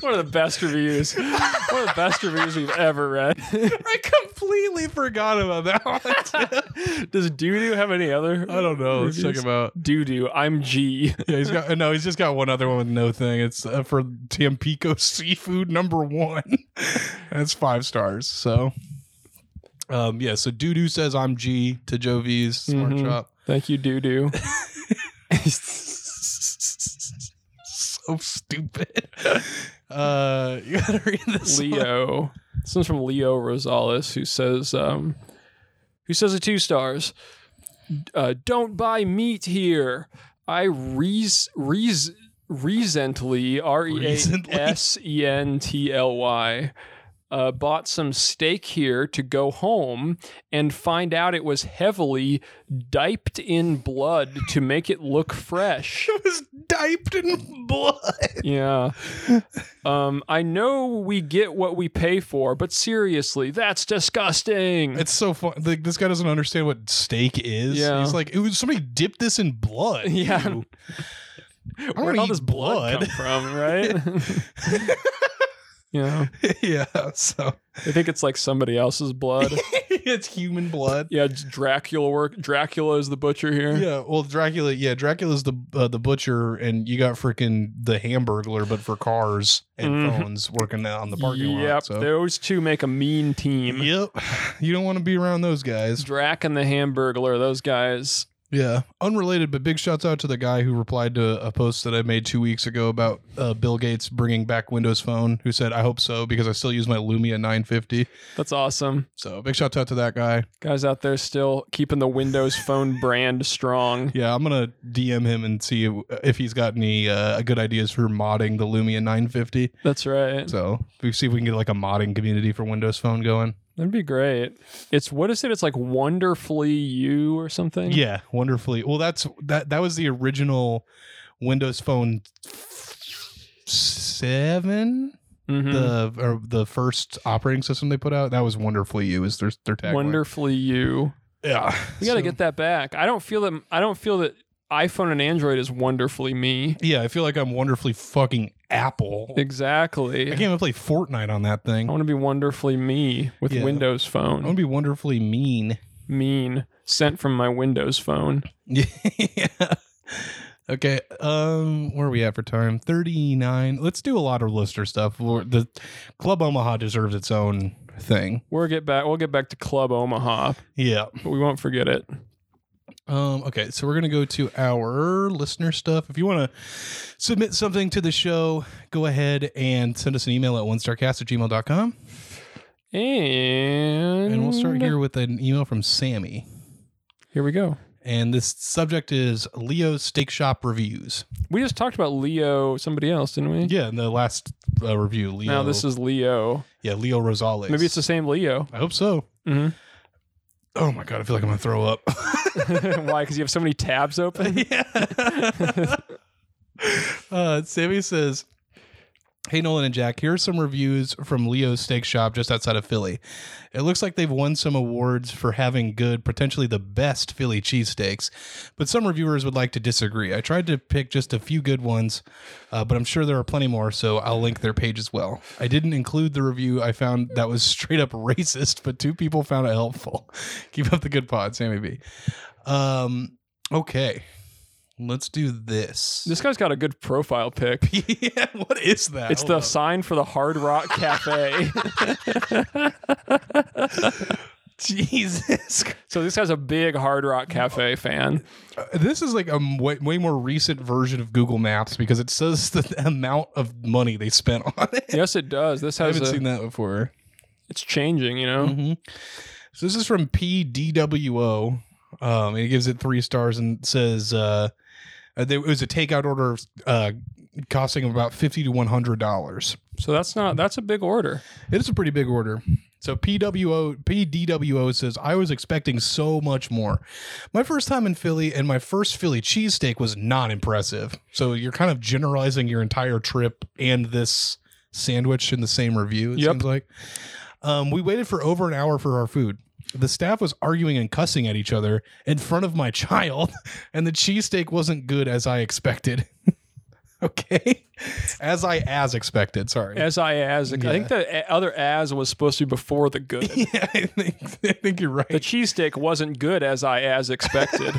One of the best reviews. One of the best reviews we've ever read. I completely forgot about that one. Does Doodoo have any other? I don't know. Let's check him out. Doodoo, I'm G. Yeah, he's got no. He's just got one other one with no thing. It's uh, for Tampico Seafood number one. That's five stars. So, um, yeah. So Doo Doo says I'm G to Jovi's Smart Mhm. Shop. Thank you, Doodoo. so stupid. Uh, you gotta read this. one. Leo. This one's from Leo Rosales, who says, um, who says a two stars. Uh, don't buy meat here. I res res recently r e a Recently? s e n t l y. Uh, bought some steak here to go home and find out it was heavily dipped in blood to make it look fresh. It was diaped in blood. Yeah. Um, I know we get what we pay for, but seriously, that's disgusting. It's so fun. Like this guy doesn't understand what steak is. Yeah. He's like, it was somebody dipped this in blood. Ew. I Yeah. don't Where'd wanna all eat this blood, come from, right? yeah. yeah. So I think it's like somebody else's blood. it's human blood. Yeah, it's Dracula work. Dracula is the butcher here. Yeah, well, Dracula. Yeah, Dracula's the uh, the butcher, and you got freaking the Hamburglar, but for cars and Mhm. phones working out on the parking yep, lot. So. those two make a mean team. Yep, you don't want to be around those guys. Drac and the Hamburglar, those guys. Yeah, unrelated, but big shouts out to the guy who replied to a post that I made two weeks ago about uh, Bill Gates bringing back Windows Phone. Who said, "I hope so," because I still use my Lumia 950. That's awesome. So big shout out to that guy. Guys out there still keeping the Windows Phone brand strong. Yeah, I'm gonna DM him and see if he's got any uh, good ideas for modding the Lumia 950. That's right. So we see if we can get like a modding community for Windows Phone going. That'd be great. It's what is it? It's like wonderfully you or something. Yeah, wonderfully. Well, that's that. That was the original Windows Phone seven, Mhm. the or the first operating system they put out. That was wonderfully you is their their tagline. wonderfully you. yeah, We got to So- get that back. I don't feel that. I don't feel that iPhone and Android is wonderfully me. Yeah, I feel like I'm wonderfully fucking Apple. Exactly. I I, can't even play Fortnite on that thing. I'm want to be wonderfully me with Yeah. Windows Phone. gonna be wonderfully mean. mean sent from my Windows Phone. yeah. Okay. Um, where are we at for time? Thirty nine. Let's do a lot of lister stuff. We're- The Club Omaha deserves its own thing. We'll get back. We'll get back to Club Omaha, Yeah. but we won't forget it. Um, okay, so we're gonna go to our listener stuff. If you want to submit something to the show, go ahead and send us an email at one starcast at gmail.com. And, And we'll start here with an email from Sammy. Here we go. And this subject is Leo's Steak Shop reviews. We just talked about Leo, somebody else, didn't we? Yeah, in the last uh, review, Leo. Hmm. Now this is Leo. yeah, Leo Rosales. Maybe it's the same Leo. I hope so. hmm Oh my god, I feel like I'm gonna throw up. Mm-hmm. Why? Because you have so many tabs open. yeah. uh, Sammy says, Hey, Nolan and Jack, here are some reviews from Leo's Steak Shop just outside of Philly. It looks like they've won some awards for having good, potentially the best Philly cheesesteaks, but some reviewers would like to disagree. I tried to pick just a few good ones, uh, but I'm sure there are plenty more, so I'll link their page as well. I didn't include the review I found that was straight up racist, but two people found it helpful. Keep up the good pod, Sammy B. Um, okay. Let's do this. This guy's got a good profile pic. yeah, what is that? It's the Hold sign for the Hard Rock Cafe. on. Jesus. so this guy's a big Hard Rock Cafe fan. Uh, This is like a m- way, way more recent version of Google Maps because it says the amount of money they spent on it. Yes, it Uh-huh. does. This I has haven't a, seen that before. it's changing, you know. Mhm. So this is from PDWO. Um, it gives it three stars and says uh, uh, there- it was a takeout order uh, costing about fifty to one hundred dollars. So that's not that's a big order. It is a pretty big order. So PWO PDWO says I was expecting so much more. My first time in Philly and my first Philly cheesesteak was not impressive. So you're kind of generalizing your entire trip and this sandwich in the same review. It Yep. seems like. Um, we waited for over an hour for our food. The staff was arguing and cussing at each other in front of my child, and the cheesesteak wasn't good as I expected. okay, as I as expected. Sorry. As I as I think the a- other as was supposed to be before the good. Yeah, I think, I think you're right. The cheesesteak wasn't good as I as expected.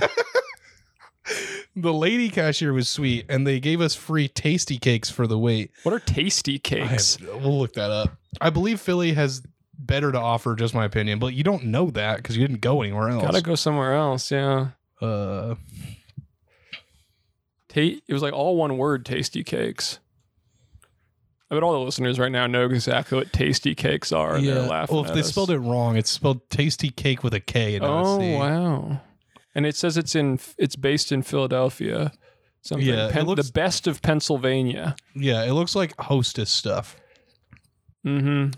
The lady cashier was sweet, and they gave us free tasty cakes for the wait. what are tasty I cakes? have- we'll look that up. I believe Philly has better to offer, just my opinion, but you don't know that because you didn't go anywhere else. Gotta go somewhere else. Yeah. Uh, Ta- it was like all one word, tasty cakes. I bet all the listeners right now know exactly what tasty cakes are, and they're laughing. Uh, Well, if at they us. spelled it wrong, it's spelled tasty cake with a K and not oh a C. wow! And it says it's in, it's based in Philadelphia. Something. Yeah, it Pen- looks- the best of Pennsylvania. Yeah, it looks like hostess stuff. Mm-hmm.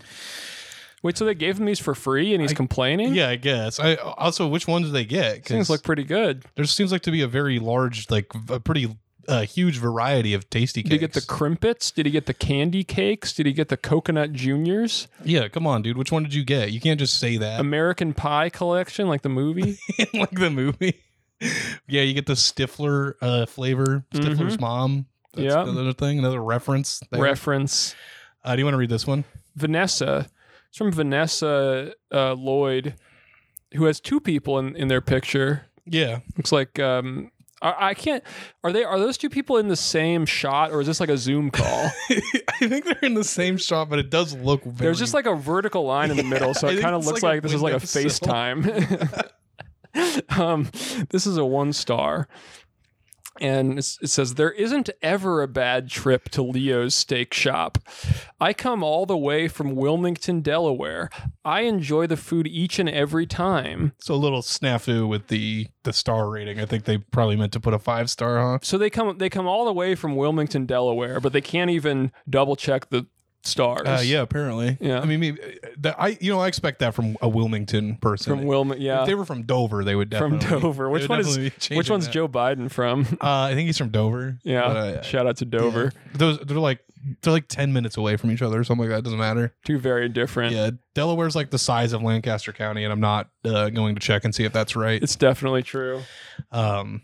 Wait, so they gave him these for free, and he's I- complaining? Yeah, I guess. I also, which ones do they get? 'Cause things look pretty good. there seems like to be a very large, like v- a pretty uh, huge variety of tasty Did cakes. he get the crimpets? Did he get the candy cakes? Did he get the coconut juniors? Yeah, come on, dude. Which one did you get? You can't just say that American Pie collection, like the movie. like the movie. yeah, you get the Stifler uh, flavor, Stifler's mom. That's Mm-hmm. Yeah. another thing, another reference. There. Reference. uh, do you want to read this one? Vanessa. It's from Vanessa uh, Lloyd, who has two people in, in their picture. Yeah, Looks like um, I, I can't. Are they? Are those two people in the same shot, or is this like a Zoom call? I think they're in the same shot, but it does look. Very, There's just like a vertical line in the middle, so I it think kind of it's looks like a like, this is like a windowsill. FaceTime. um, this is a one star. And it's- it says, There isn't ever a bad trip to Leo's steak shop. I come all the way from Wilmington, Delaware. I enjoy the food each and every time. so a little snafu with the the star rating. I think they probably meant to put a five star, huh? So they come they come all the way from Wilmington, Delaware, but they can't even double check the stars. Uh, yeah, apparently. Yeah. I mean, maybe, that I you know I expect that from a Wilmington person. From Wilmington, yeah. If they were from Dover, they would From definitely Dover. Which would one is definitely be which changing one's that. Joe Biden from? Uh, I think he's from Dover. Yeah. But, uh, Shout out to Dover. Those they're like they're like ten minutes away from each other or something like that. Doesn't matter. Two very different. Yeah, Delaware's like the size of Lancaster County, and I'm not uh, going to check and see if that's right. It's definitely true. Um,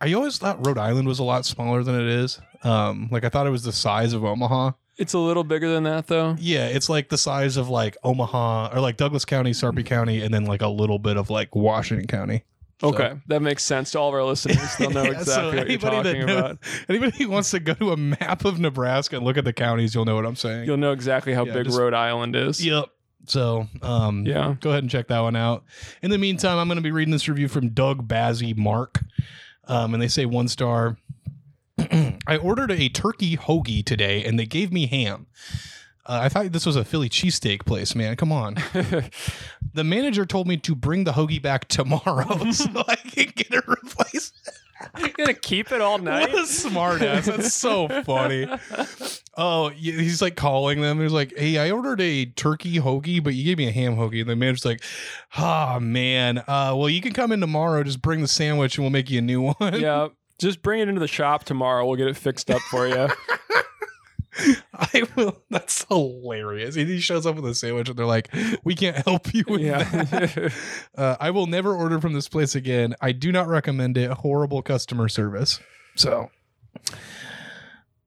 I always thought Rhode Island was a lot smaller than it is. Um, like I thought it was the size of Omaha. It's a little bigger than that though. Yeah, it's like the size of like Omaha or like Douglas County, Sarpy County, and then like a little bit of like Washington County. So- Okay, that makes sense to all of our listeners. They'll know Yeah, so exactly what you're anybody that talking knows- about. Anybody who wants to go to a map of Nebraska and look at the counties, you'll know what I'm saying. You'll know exactly how Yeah, big just- Rhode Island is. Yep. So um, Yeah. go ahead and check that one out. In the meantime, I'm going to be reading this review from Doug Bazzy Mark, um, and they say one star. I ordered a turkey hoagie today, and they gave me ham. Uh, I thought this was a Philly cheesesteak place, man. Come on. the manager told me to bring the hoagie back tomorrow so I can get it replaced. gonna keep it all night. What a smartass. That's so funny. Oh, y- he's like calling them. He's like, hey, I ordered a turkey hoagie, but you gave me a ham hoagie. And the manager's like, ah, man. Uh, well, you can come in tomorrow. Just bring the sandwich and we'll make you a new one. yeah. Just bring it into the shop tomorrow. We'll get it fixed up for you. I will. That's hilarious. And he shows up with a sandwich and they're like, we can't help you with that. yeah. Uh, I will never order from this place again. I do not recommend it. Horrible customer service. So,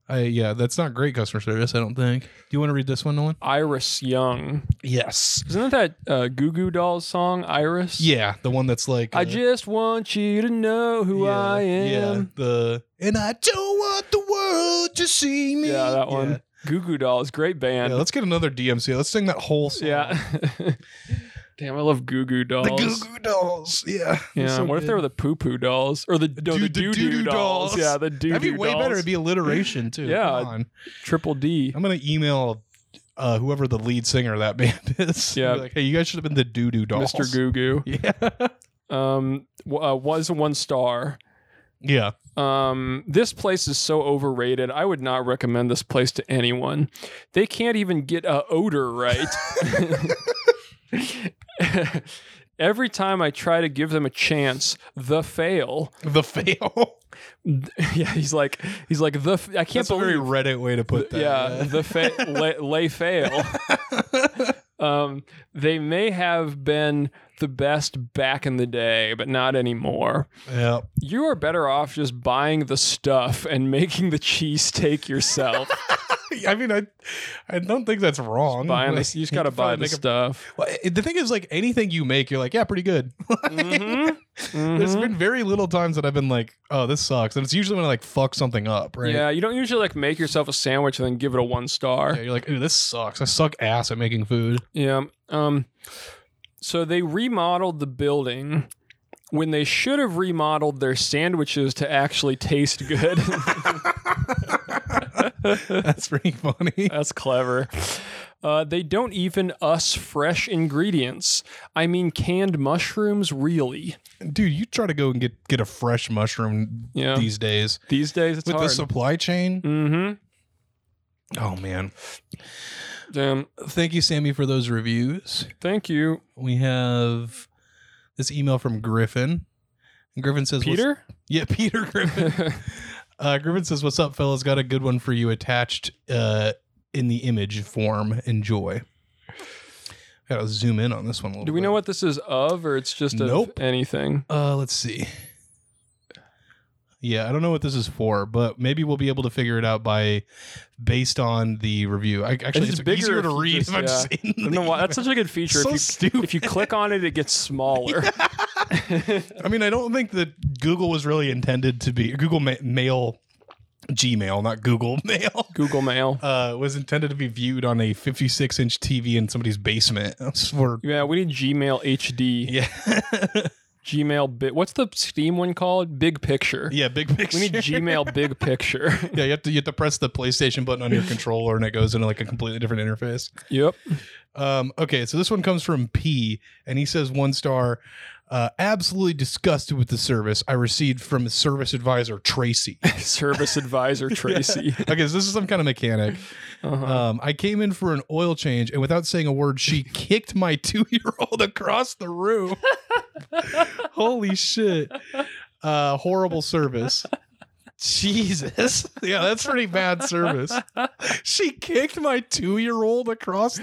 I yeah, that's not great customer service. I don't think. Do you want to read this one, Nolan? Iris Young. Yes. Isn't that that uh, Goo Goo Dolls song, Iris? Yeah, the one that's like I uh, just want you to know who yeah, I am. Yeah, the and I don't want the world to see me. Yeah, that one. Goo Goo Dolls, great Yeah. band. Yeah, let's get another DMC. Let's sing that whole song. Yeah. Damn, I love Goo Goo Dolls. The Goo Goo Dolls. Yeah. yeah. what if they were the Poo Poo Dolls or the Dude, no, the the Doo Doo-Doo Doo Dolls? Dolls. Yeah, the Doo Doo That'd Dolls. be way better. It'd be alliteration too. Yeah. Come on. Triple D. I'm gonna email uh, whoever the lead singer of that band is. Yeah. Be like, hey, you guys should have been the Doo Doo Dolls. Mr. Goo Goo. Yeah. Um, w- uh, was a one star. yeah. Um, this place is so overrated. I would not recommend this place to anyone. They can't even get a odor right. Every time I try to give them a chance, the fail. The fail. yeah, he's like, he's like the. F- I can't That's a very believe. Reddit way to put that. yeah, the fa- lay, lay fail. um, they may have been the best back in the day, but not anymore yeah. you are better off just buying the stuff and making the cheesesteak yourself. I mean, I, I don't think that's wrong. buying Like, this, you just gotta could buy probably the make a- stuff. Well, it- the thing is, like anything you make, you're like, yeah, pretty good. Mhm. There's Mhm. been very little times that I've been like, oh, this sucks, and it's usually when I like fuck something up, right? Yeah, you don't usually like make yourself a sandwich and then give it a one star. Yeah, you're like, ooh, this sucks. I suck ass at making food. Yeah. Um. So they remodeled the building when they should have remodeled their sandwiches to actually taste good. That's pretty funny. That's clever. Uh, they don't even us fresh ingredients. I mean, canned mushrooms, really. Dude, you try to go and get get a fresh mushroom Yeah. these days These days, it's with hard. the supply chain. mm-hmm. Oh man! Damn. Thank you, Sammy, for those reviews. Thank you, We have this email from Griffin. And Griffin says, what's- Peter. Yeah, Peter Griffin. Uh, Griffin says, "What's up, fellas? Got a good one for you attached uh, in the image form. Enjoy." I gotta zoom in on this one a little. Do we bit. know what this is of, or it's just of Nope. anything? Uh, let's see. Yeah, I don't know what this is for, but maybe we'll be able to figure it out by based on the review. I, actually, it's, just bigger easier if to you read just- if I'm just in I don't know the why. That's such a good feature. So if, you, stupid. if you click on it, it gets smaller. I mean, I don't think that Google was really intended to be Google ma- Mail, Gmail, not Google Mail. Google Mail. Uh, was intended to be viewed on a 56 inch TV in somebody's basement. That's for Yeah, we need Gmail HD. yeah, Gmail bit. What's the Steam one called? Big Picture. yeah, big picture. We need Gmail Big Picture. yeah, you have to you have to press the PlayStation button on your controller, and it goes into like a completely different interface. yep. Um, okay, so this one comes from P, and he says one star. Uh, absolutely disgusted with the service I received from service advisor Tracy. Service Advisor Tracy. okay, so this is some kind of mechanic. Uh-huh. Um, I came in for an oil change, and without saying a word, she kicked my two year old across the room. Holy shit. Uh, horrible service. Jesus. Yeah, that's pretty bad service. She kicked my two year old across.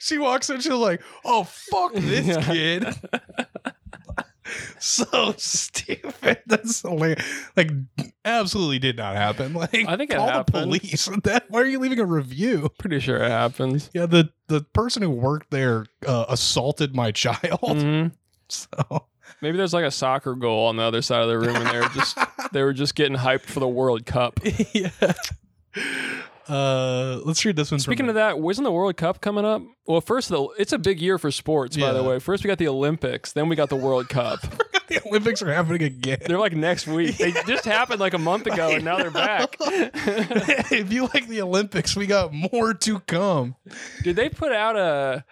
She walks in, she's like, oh, fuck this Yeah. kid. so stupid. That's hilarious. Like, absolutely did not happen. Like, I think it call the happened. police. That, why are you leaving a review? Pretty sure it happens. Yeah, the the person who worked there uh, assaulted my child. Mhm. So Maybe there's like a soccer goal on the other side of the room, and they were just they were just getting hyped for the World Cup. yeah. Uh, let's read this one. Speaking of that, wasn't the World Cup coming up? Well, first though, it's a big year for sports. By the Yeah. way, first we got the Olympics, then we got the World Cup. that, the Olympics are happening again. they're like next week. They just happened like a month ago, and now they're back. if you like the Olympics, we got more to come. Did they put out a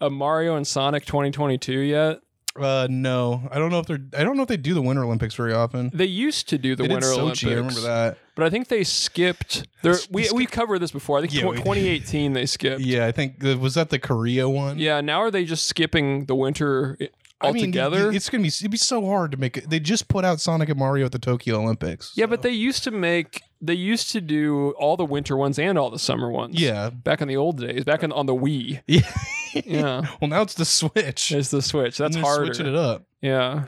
a Mario and Sonic 2022 yet? Uh, no, I don't know if they're. I don't know if they do the Winter Olympics very often. They used to do the they Winter did Sochi. Olympics, I remember that. but I think they skipped. There, They we we covered this before. I think Yeah, tw- we did. 2018 they skipped. Yeah, I think was that the Korea one. Yeah, now are they just skipping the winter i- I mean, altogether? it's gonna be it'd be so hard to make it. They just put out Sonic and Mario at the Tokyo Olympics. yeah, so- but they used to make they used to do all the winter ones and all the summer ones. yeah, Back in the old days, back in, on the Wii. Yeah. yeah. Well, now it's the Switch. It's the Switch. And That's they're Switching harder. it up. Yeah.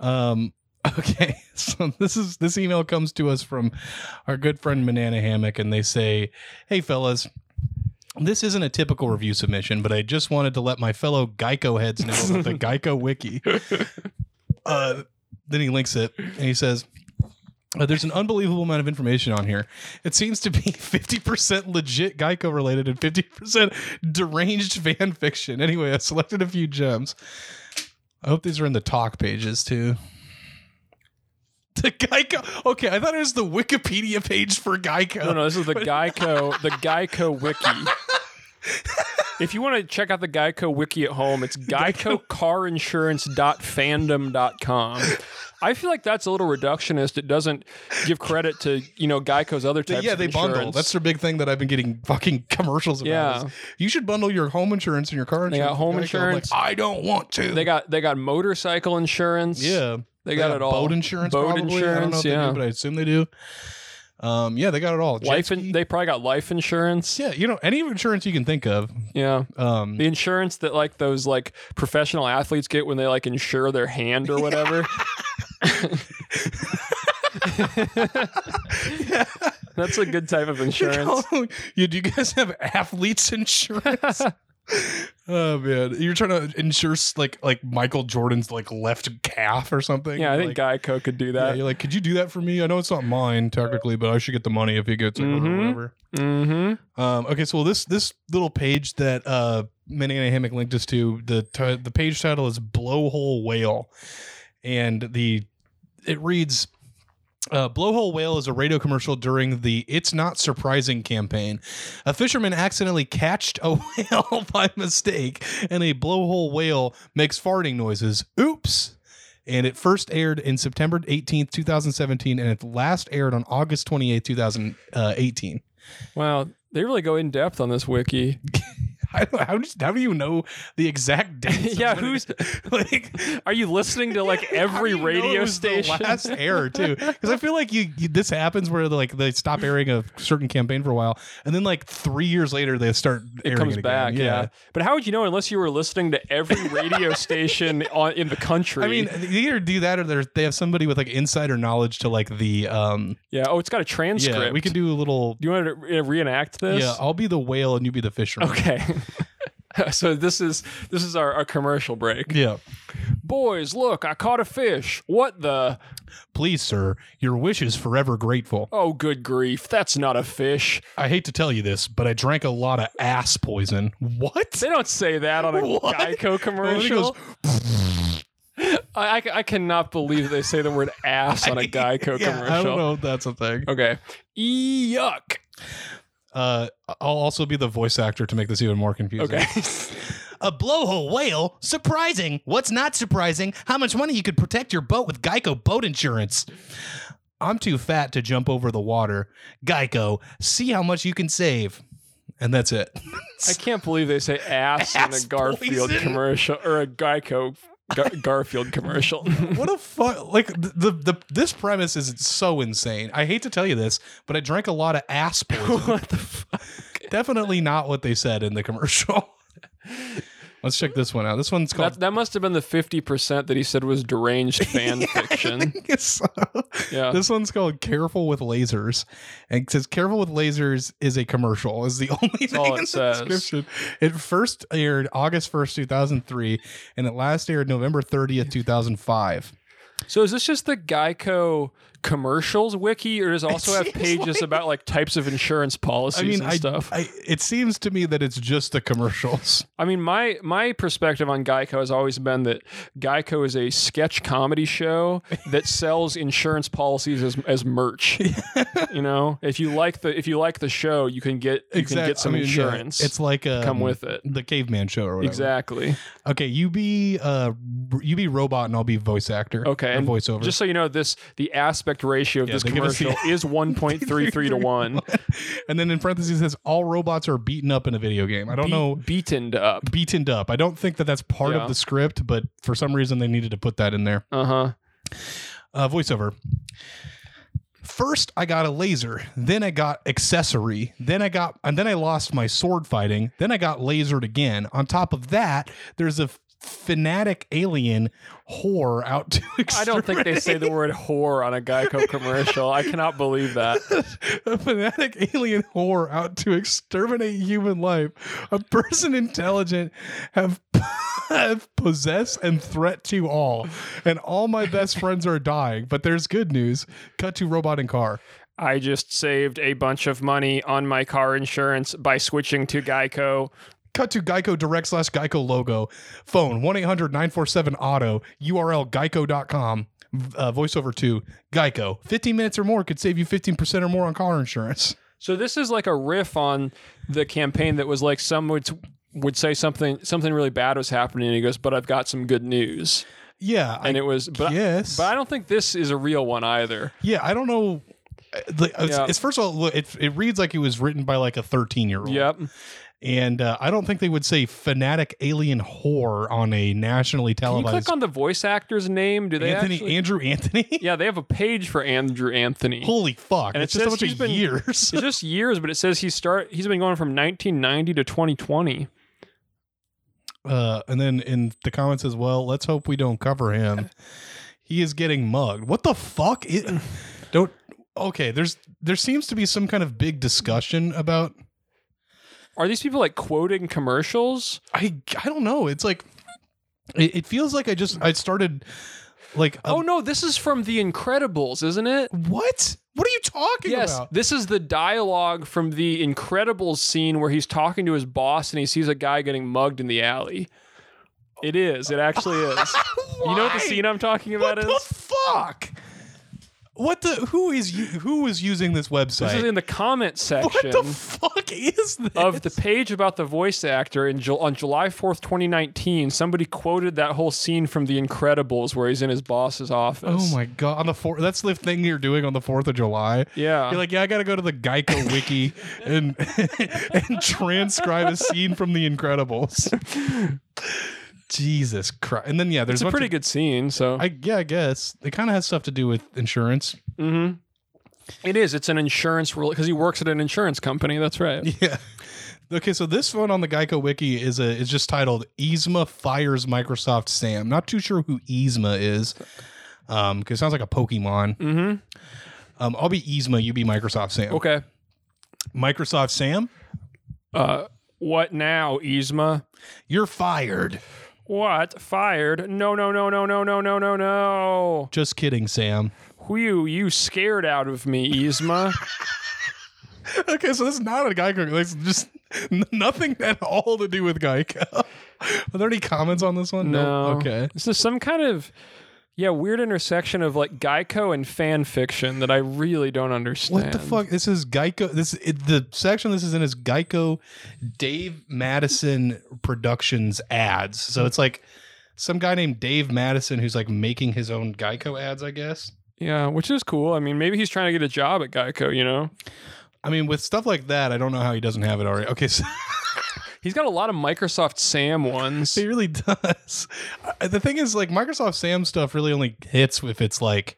Um, okay, so this is this email comes to us from our good friend Manana Hammock, and they say, "Hey, fellas." This isn't a typical review submission, but I just wanted to let my fellow Geico heads know about the Geico Wiki. Uh, then he links it and he says, uh, There's an unbelievable amount of information on here. It seems to be 50% legit Geico related and 50% deranged fan fiction. Anyway, I selected a few gems. I hope these are in the talk pages too. The Geico. Okay, I thought it was the Wikipedia page for Geico. No, no, this is the Geico, the Geico Wiki. If you want to check out the Geico Wiki at home, it's geicocarinsurance.fandom.com. I feel like that's a little reductionist. It doesn't give credit to, you know, Geico's other They- types yeah, of they bundle. insurance. That's their big thing that I've been getting fucking commercials about. Yeah. is You should bundle your home insurance and your car They insurance. with got home Geico. I'm insurance. Like, I don't want to. They got they got motorcycle insurance. yeah. They got have it all. Boat insurance. Boat probably. I don't know insurance, if they yeah. do, but I assume they do. Um, yeah, they got it all. Jet Life ski. in, they probably got life insurance. yeah, you know any insurance you can think of. Yeah. Um, The insurance that like those like professional athletes get when they like insure their hand or whatever. That's a good type of insurance. you, do you guys have athletes insurance? oh man, you're trying to insure like like Michael Jordan's like left calf or something. Yeah, I Like, think Geico could do Yeah, that. you're like, could you do that for me? I know it's not mine technically, but I should get the money if he gets it or Mhm. whatever. Mm-hmm. Um, okay, so this this little page that uh, Manana Hammock linked us to the ti- the page title is Blowhole Whale, and the it reads. Uh, Blowhole Whale is a radio commercial during the It's Not Surprising campaign. A fisherman accidentally catched a whale by mistake, and a blowhole whale makes farting noises. Oops! And it first aired in September 18th, 2017, and it last aired on August 28th, 2018. Wow, they really go in depth on this wiki. I don't, how, do you- how do you know the exact date? yeah, who's like are you listening to like every how do you know it radio was the station? last air too, because I feel like you, you this happens where like they stop airing a certain campaign for a while, and then like three years later they start. airing it comes again. back, yeah. But how would you know unless you were listening to every radio station on, in the country? I mean, they either do that or they're- they have somebody with like insider knowledge to like the um. yeah. Oh, it's got a transcript. Yeah, we can do a little. Do you want to re- reenact this? Yeah, I'll be the whale and you be the fisherman. Okay. so this is this is our, our commercial break. Yeah. Boys, look, I caught a fish. What the Please, sir, your wish is forever grateful. Oh good grief, that's not a fish. I hate to tell you this, but I drank a lot of ass poison. What? They don't say that on a What? Well, Geico then he commercial. goes, I, I, I cannot believe they say the word ass on a Geico Yeah, commercial. I don't know if that's a thing. Okay. Yuck. Uh, I'll also be the voice actor to make this even more confusing. Okay. A blowhole whale? Surprising. What's not surprising? How much money you could protect your boat with Geico boat insurance. I'm too fat to jump over the water. Geico, see how much you can save. And that's it. I can't believe they say ass, Ass in a Garfield poison? commercial or a Geico Gar- Garfield commercial. what a fun like th- the, the this premise is so insane. I hate to tell you this, but I drank a lot of ass poison. what the fuck? Definitely not what they said in the commercial. Let's check this one out. This one's called That, that must have been the 50% that he said was deranged fan fiction. Yeah. This one's called "Careful with Lasers," and it says "Careful with Lasers" is a commercial. Is the only thing all it in the says. description. It first aired August first, two thousand three, and it last aired November thirtieth, two thousand five. So is this just the Geico commercials wiki, or does it also have seems pages like- about like types of insurance policies I mean, and I, stuff? I, it seems to me that it's just the commercials. I mean, my my perspective on Geico has always been that Geico is a sketch comedy show that sells insurance policies as, as merch. you know, if you like the if you like the show, you can get you can get some I mean, yeah, insurance. it's like um, come with it. the caveman show or whatever. Exactly. Okay, you be uh, you be robot, and I'll be voice actor. Okay, or and voiceover. Just so you know, this the aspect ratio of Yeah, this they give us the- commercial is one point three three to one. and then in parentheses it says all robots are beaten up in a video game. I don't know beaten up. beaten up. I don't think that that's part Yeah. of the script, but for some reason they needed to put that in there. Uh huh. Uh, voiceover. First, I got a laser. Then I got accessory. Then I got, and then I lost my sword fighting. Then I got lasered again. On top of that, there's a fanatic alien whore out to. I don't think they say the word whore on a Geico commercial. I cannot believe that. a fanatic alien whore out to exterminate human life. A person intelligent have, have possess and threat to all. And all my best friends are dying. But there's good news. Cut to robot and car. I just saved a bunch of money on my car insurance by switching to Geico. Cut to Geico direct slash Geico logo. Phone 1 800 947 auto. URL geico.com. Uh, voiceover to Geico. 15 minutes or more could save you 15% or more on car insurance. So this is like a riff on the campaign that was like some would would say something something really bad was happening and he goes, "But I've got some good news." Yeah. I And it was but guess. but I don't think this is a real one either. yeah, I don't know. Uh, Like, it's, Yeah. it's- first of all, look, it, it reads like it was written by like a 13 year old. Yep. And uh, I don't think they would say fanatic alien whore on a nationally Can you televised. click on the voice actor's name? Do they Anthony, actually- Andrew Anthony? Yeah, they have a page for Andrew Anthony. Holy fuck. And it's it just a says bunch he's of been- years. It's just years, but it says he start he's been going from 1990 to 2020. Uh, and then in the comments as well, let's hope we don't cover him. he is getting mugged. What the fuck? It, don't. Okay, there's there seems to be some kind of big discussion about. Are these people like quoting commercials? I I don't know. It's like it, it feels like I just I started like uh, oh no, this is from The Incredibles, isn't it? what? What are you talking Yes, about? this is the dialogue from The Incredibles scene where he's talking to his boss and he sees a guy getting mugged in the alley. It is. It actually is. you know what Why? the scene I'm talking What about the is? fuck? What the? Who is you? Who is using this This website? is in the comment what section. the fuck is this? of the page about the voice actor in Ju- on July 4th, 2019, somebody quoted that whole scene from The Incredibles where he's in his boss's office. Oh my god! On the fourth, that's the thing you're doing on the Fourth of July. Yeah. You're like, yeah, I gotta go to the Geico wiki and and transcribe a scene from The Incredibles. Jesus Christ! And then yeah, there's it's a bunch pretty of- good scene, so I yeah, I guess it kind of has stuff to do with insurance. Mhm. It is. It's an insurance rule because he works at an insurance company. That's right. Yeah. Okay, so this one on the Geico wiki is a is just titled "Yzma fires Microsoft Sam." Not too sure who Yzma is, um, because it sounds like a Pokemon. hmm Um, I'll be Yzma, you be Microsoft Sam. Okay. Microsoft Sam, Uh, what now, Yzma? you're fired. What? Fired? No, no, no, no, no, no, no, no, no. Just kidding, Sam. Whew, you scared out of me, Yzma. Okay, so this is not a Geico. This is just n- nothing at all to do with Geico. Are there any comments on this one? no. Okay. This is some kind of, yeah, weird intersection of like Geico and fan fiction that I really don't understand. What the fuck? This is Geico. This it, the section this is in is Geico Dave Madison Productions ads. So it's like some guy named Dave Madison who's like making his own Geico ads, I guess. Yeah, which is cool. I mean, maybe he's trying to get a job at Geico, you know? I mean, with stuff like that, I don't know how he doesn't have it already. Okay, so He's got a lot of Microsoft Sam ones. It really does. Uh, The thing is, like Microsoft Sam stuff really only hits if it's like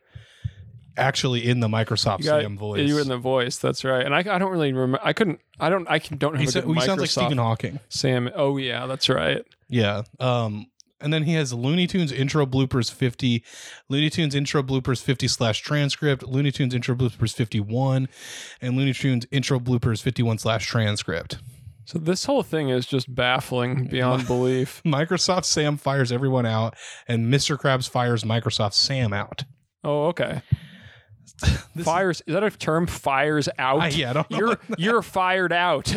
actually in the Microsoft You got- Sam voice. You were in the voice. That's right. And I, I don't really remember. I couldn't. I don't. I can, don't have he, a sa- good he Microsoft sounds like Stephen Hawking. Sam. Oh yeah, that's right. Yeah. Um, and then he has Looney Tunes intro bloopers 50, Looney Tunes intro bloopers 50 slash transcript, Looney Tunes intro bloopers 51, and Looney Tunes intro bloopers 51 slash transcript. So this whole thing is just baffling beyond belief. Microsoft Sam fires everyone out, and Mr. Krabs fires Microsoft Sam out. Oh okay. This- fires is that a term? Fires out. I- yeah, I don't know You're you're fired out.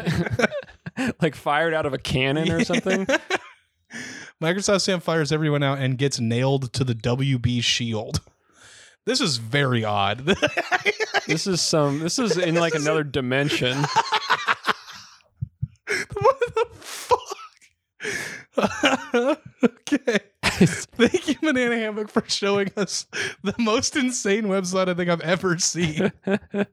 like fired out of a cannon or something. Microsoft Sam fires everyone out and gets nailed to the WB shield. This is very odd. This is some this is in like another dimension. what the fuck? okay. Thank you, Banana Hammock, for showing us the most insane website I think I've ever seen. If you want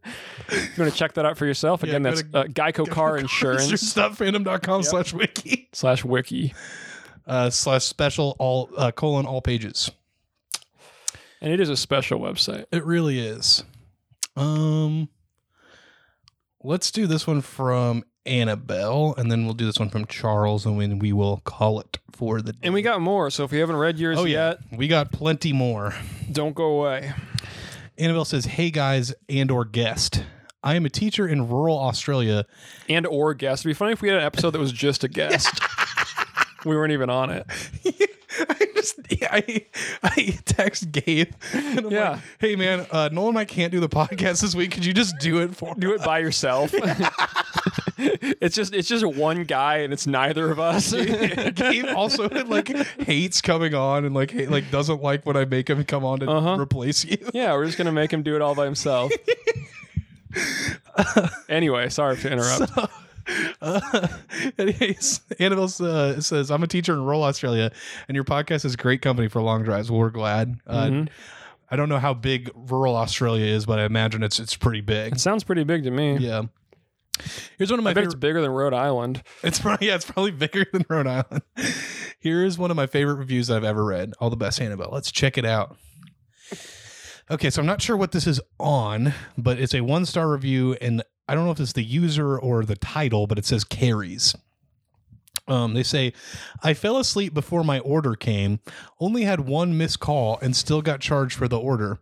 to check that out for yourself, Yeah, again, go that's to uh, Geico Car Insurance Stuffandom.com Yep. slash wiki slash wiki. uh, slash special all uh, colon all pages. And it is a special website. It really is. Um, let's do this one from Annabelle, and then we'll do this one from Charles, and then we will call it for the. And we got more, so if you haven't read yours oh yeah, yet, we got plenty more. don't go away. Annabelle says, "Hey guys and or guest, I am a teacher in rural Australia. And or guest. It'd be funny if we had an episode that was just a guest. we weren't even on it. I just yeah, I, I text Gabe. And I'm Yeah. like, hey man, uh, Nolan and I can't do the podcast this week. Could you just do it for Do it by yourself. it's just it's just one guy and it's neither of us. Gabe also like hates coming on and like hate, like doesn't like when I make him come on to Uh-huh. replace you. yeah, we're just gonna make him do it all by himself. anyway, sorry to interrupt. Uh, anyways, Annabelle uh, says, "I'm a teacher in rural Australia, and your podcast is great company for long drives. Well, we're glad. Uh, Mhm. I don't know how big rural Australia is, but I imagine it's it's pretty big. It sounds pretty big to me. Yeah. Here's one of my I bet it's favorite. bigger than Rhode Island. It's probably yeah, it's probably bigger than Rhode Island. Here is one of my favorite reviews I've ever read. All the best, Annabelle. Let's check it out. Okay, so I'm not sure what this is on, but it's a one star review, and I don't know if it's the user or the title, but it says carries. Um, they say, I fell asleep before my order came, only had one missed call, and still got charged for the order.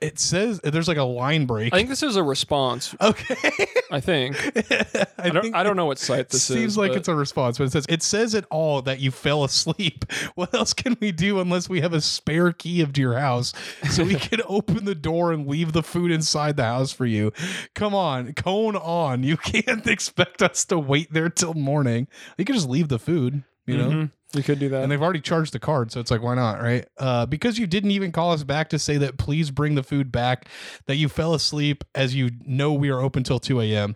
It says there's like a line break. I think this is a response. okay. I think. I, I don't, think- I don't know what site this seems is. like but it's a response, but it says it says it all that you fell asleep. What else can we do unless we have a spare key of your house so we can open the door and leave the food inside the house for you? Come on, cone on! You can't expect us to wait there till morning. You can just leave the food, you know. Mhm. you could do that. And they've already charged the card, so it's like, why not, right? Uh, because you didn't even call us back to say that please bring the food back, that you fell asleep, as you know we are open till two a.m.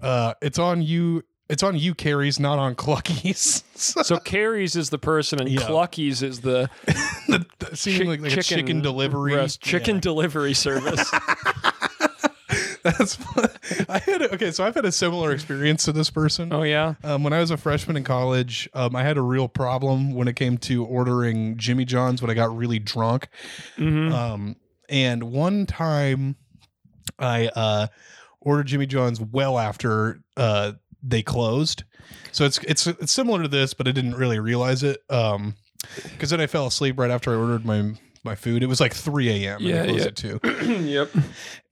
Uh, it's on you. It's on you, carries, not on Cluckies. so, so Carrie's is the person, and Yeah. Clucky's is the the, the- seeming chi- like, like a chicken delivery, rest- chicken Yeah. delivery service. That's. fun. I had a, okay, so I've had a similar experience to this person. oh yeah, Um, when I was a freshman in college, um, I had a real problem when it came to ordering Jimmy John's when I got really drunk. Mhm. Um, and one time I uh, ordered Jimmy John's well after uh, they closed. So it's, it's it's similar to this, but I didn't really realize it. Um, because then I fell asleep right after I ordered my my food. It was like 3 a.m. and Yeah, they closed yeah. at 2 yep.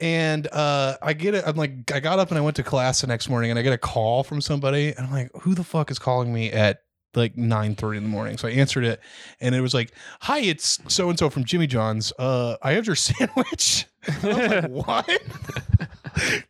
and uh, I get it. I'm like, I got up and I went to class the next morning, and I get a call from somebody, and I'm like, who the fuck is calling me at like 9:30 in the morning? So I answered it, and it was like, hi, it's so and so from Jimmy John's. Uh, I have your sandwich. And I was like, what?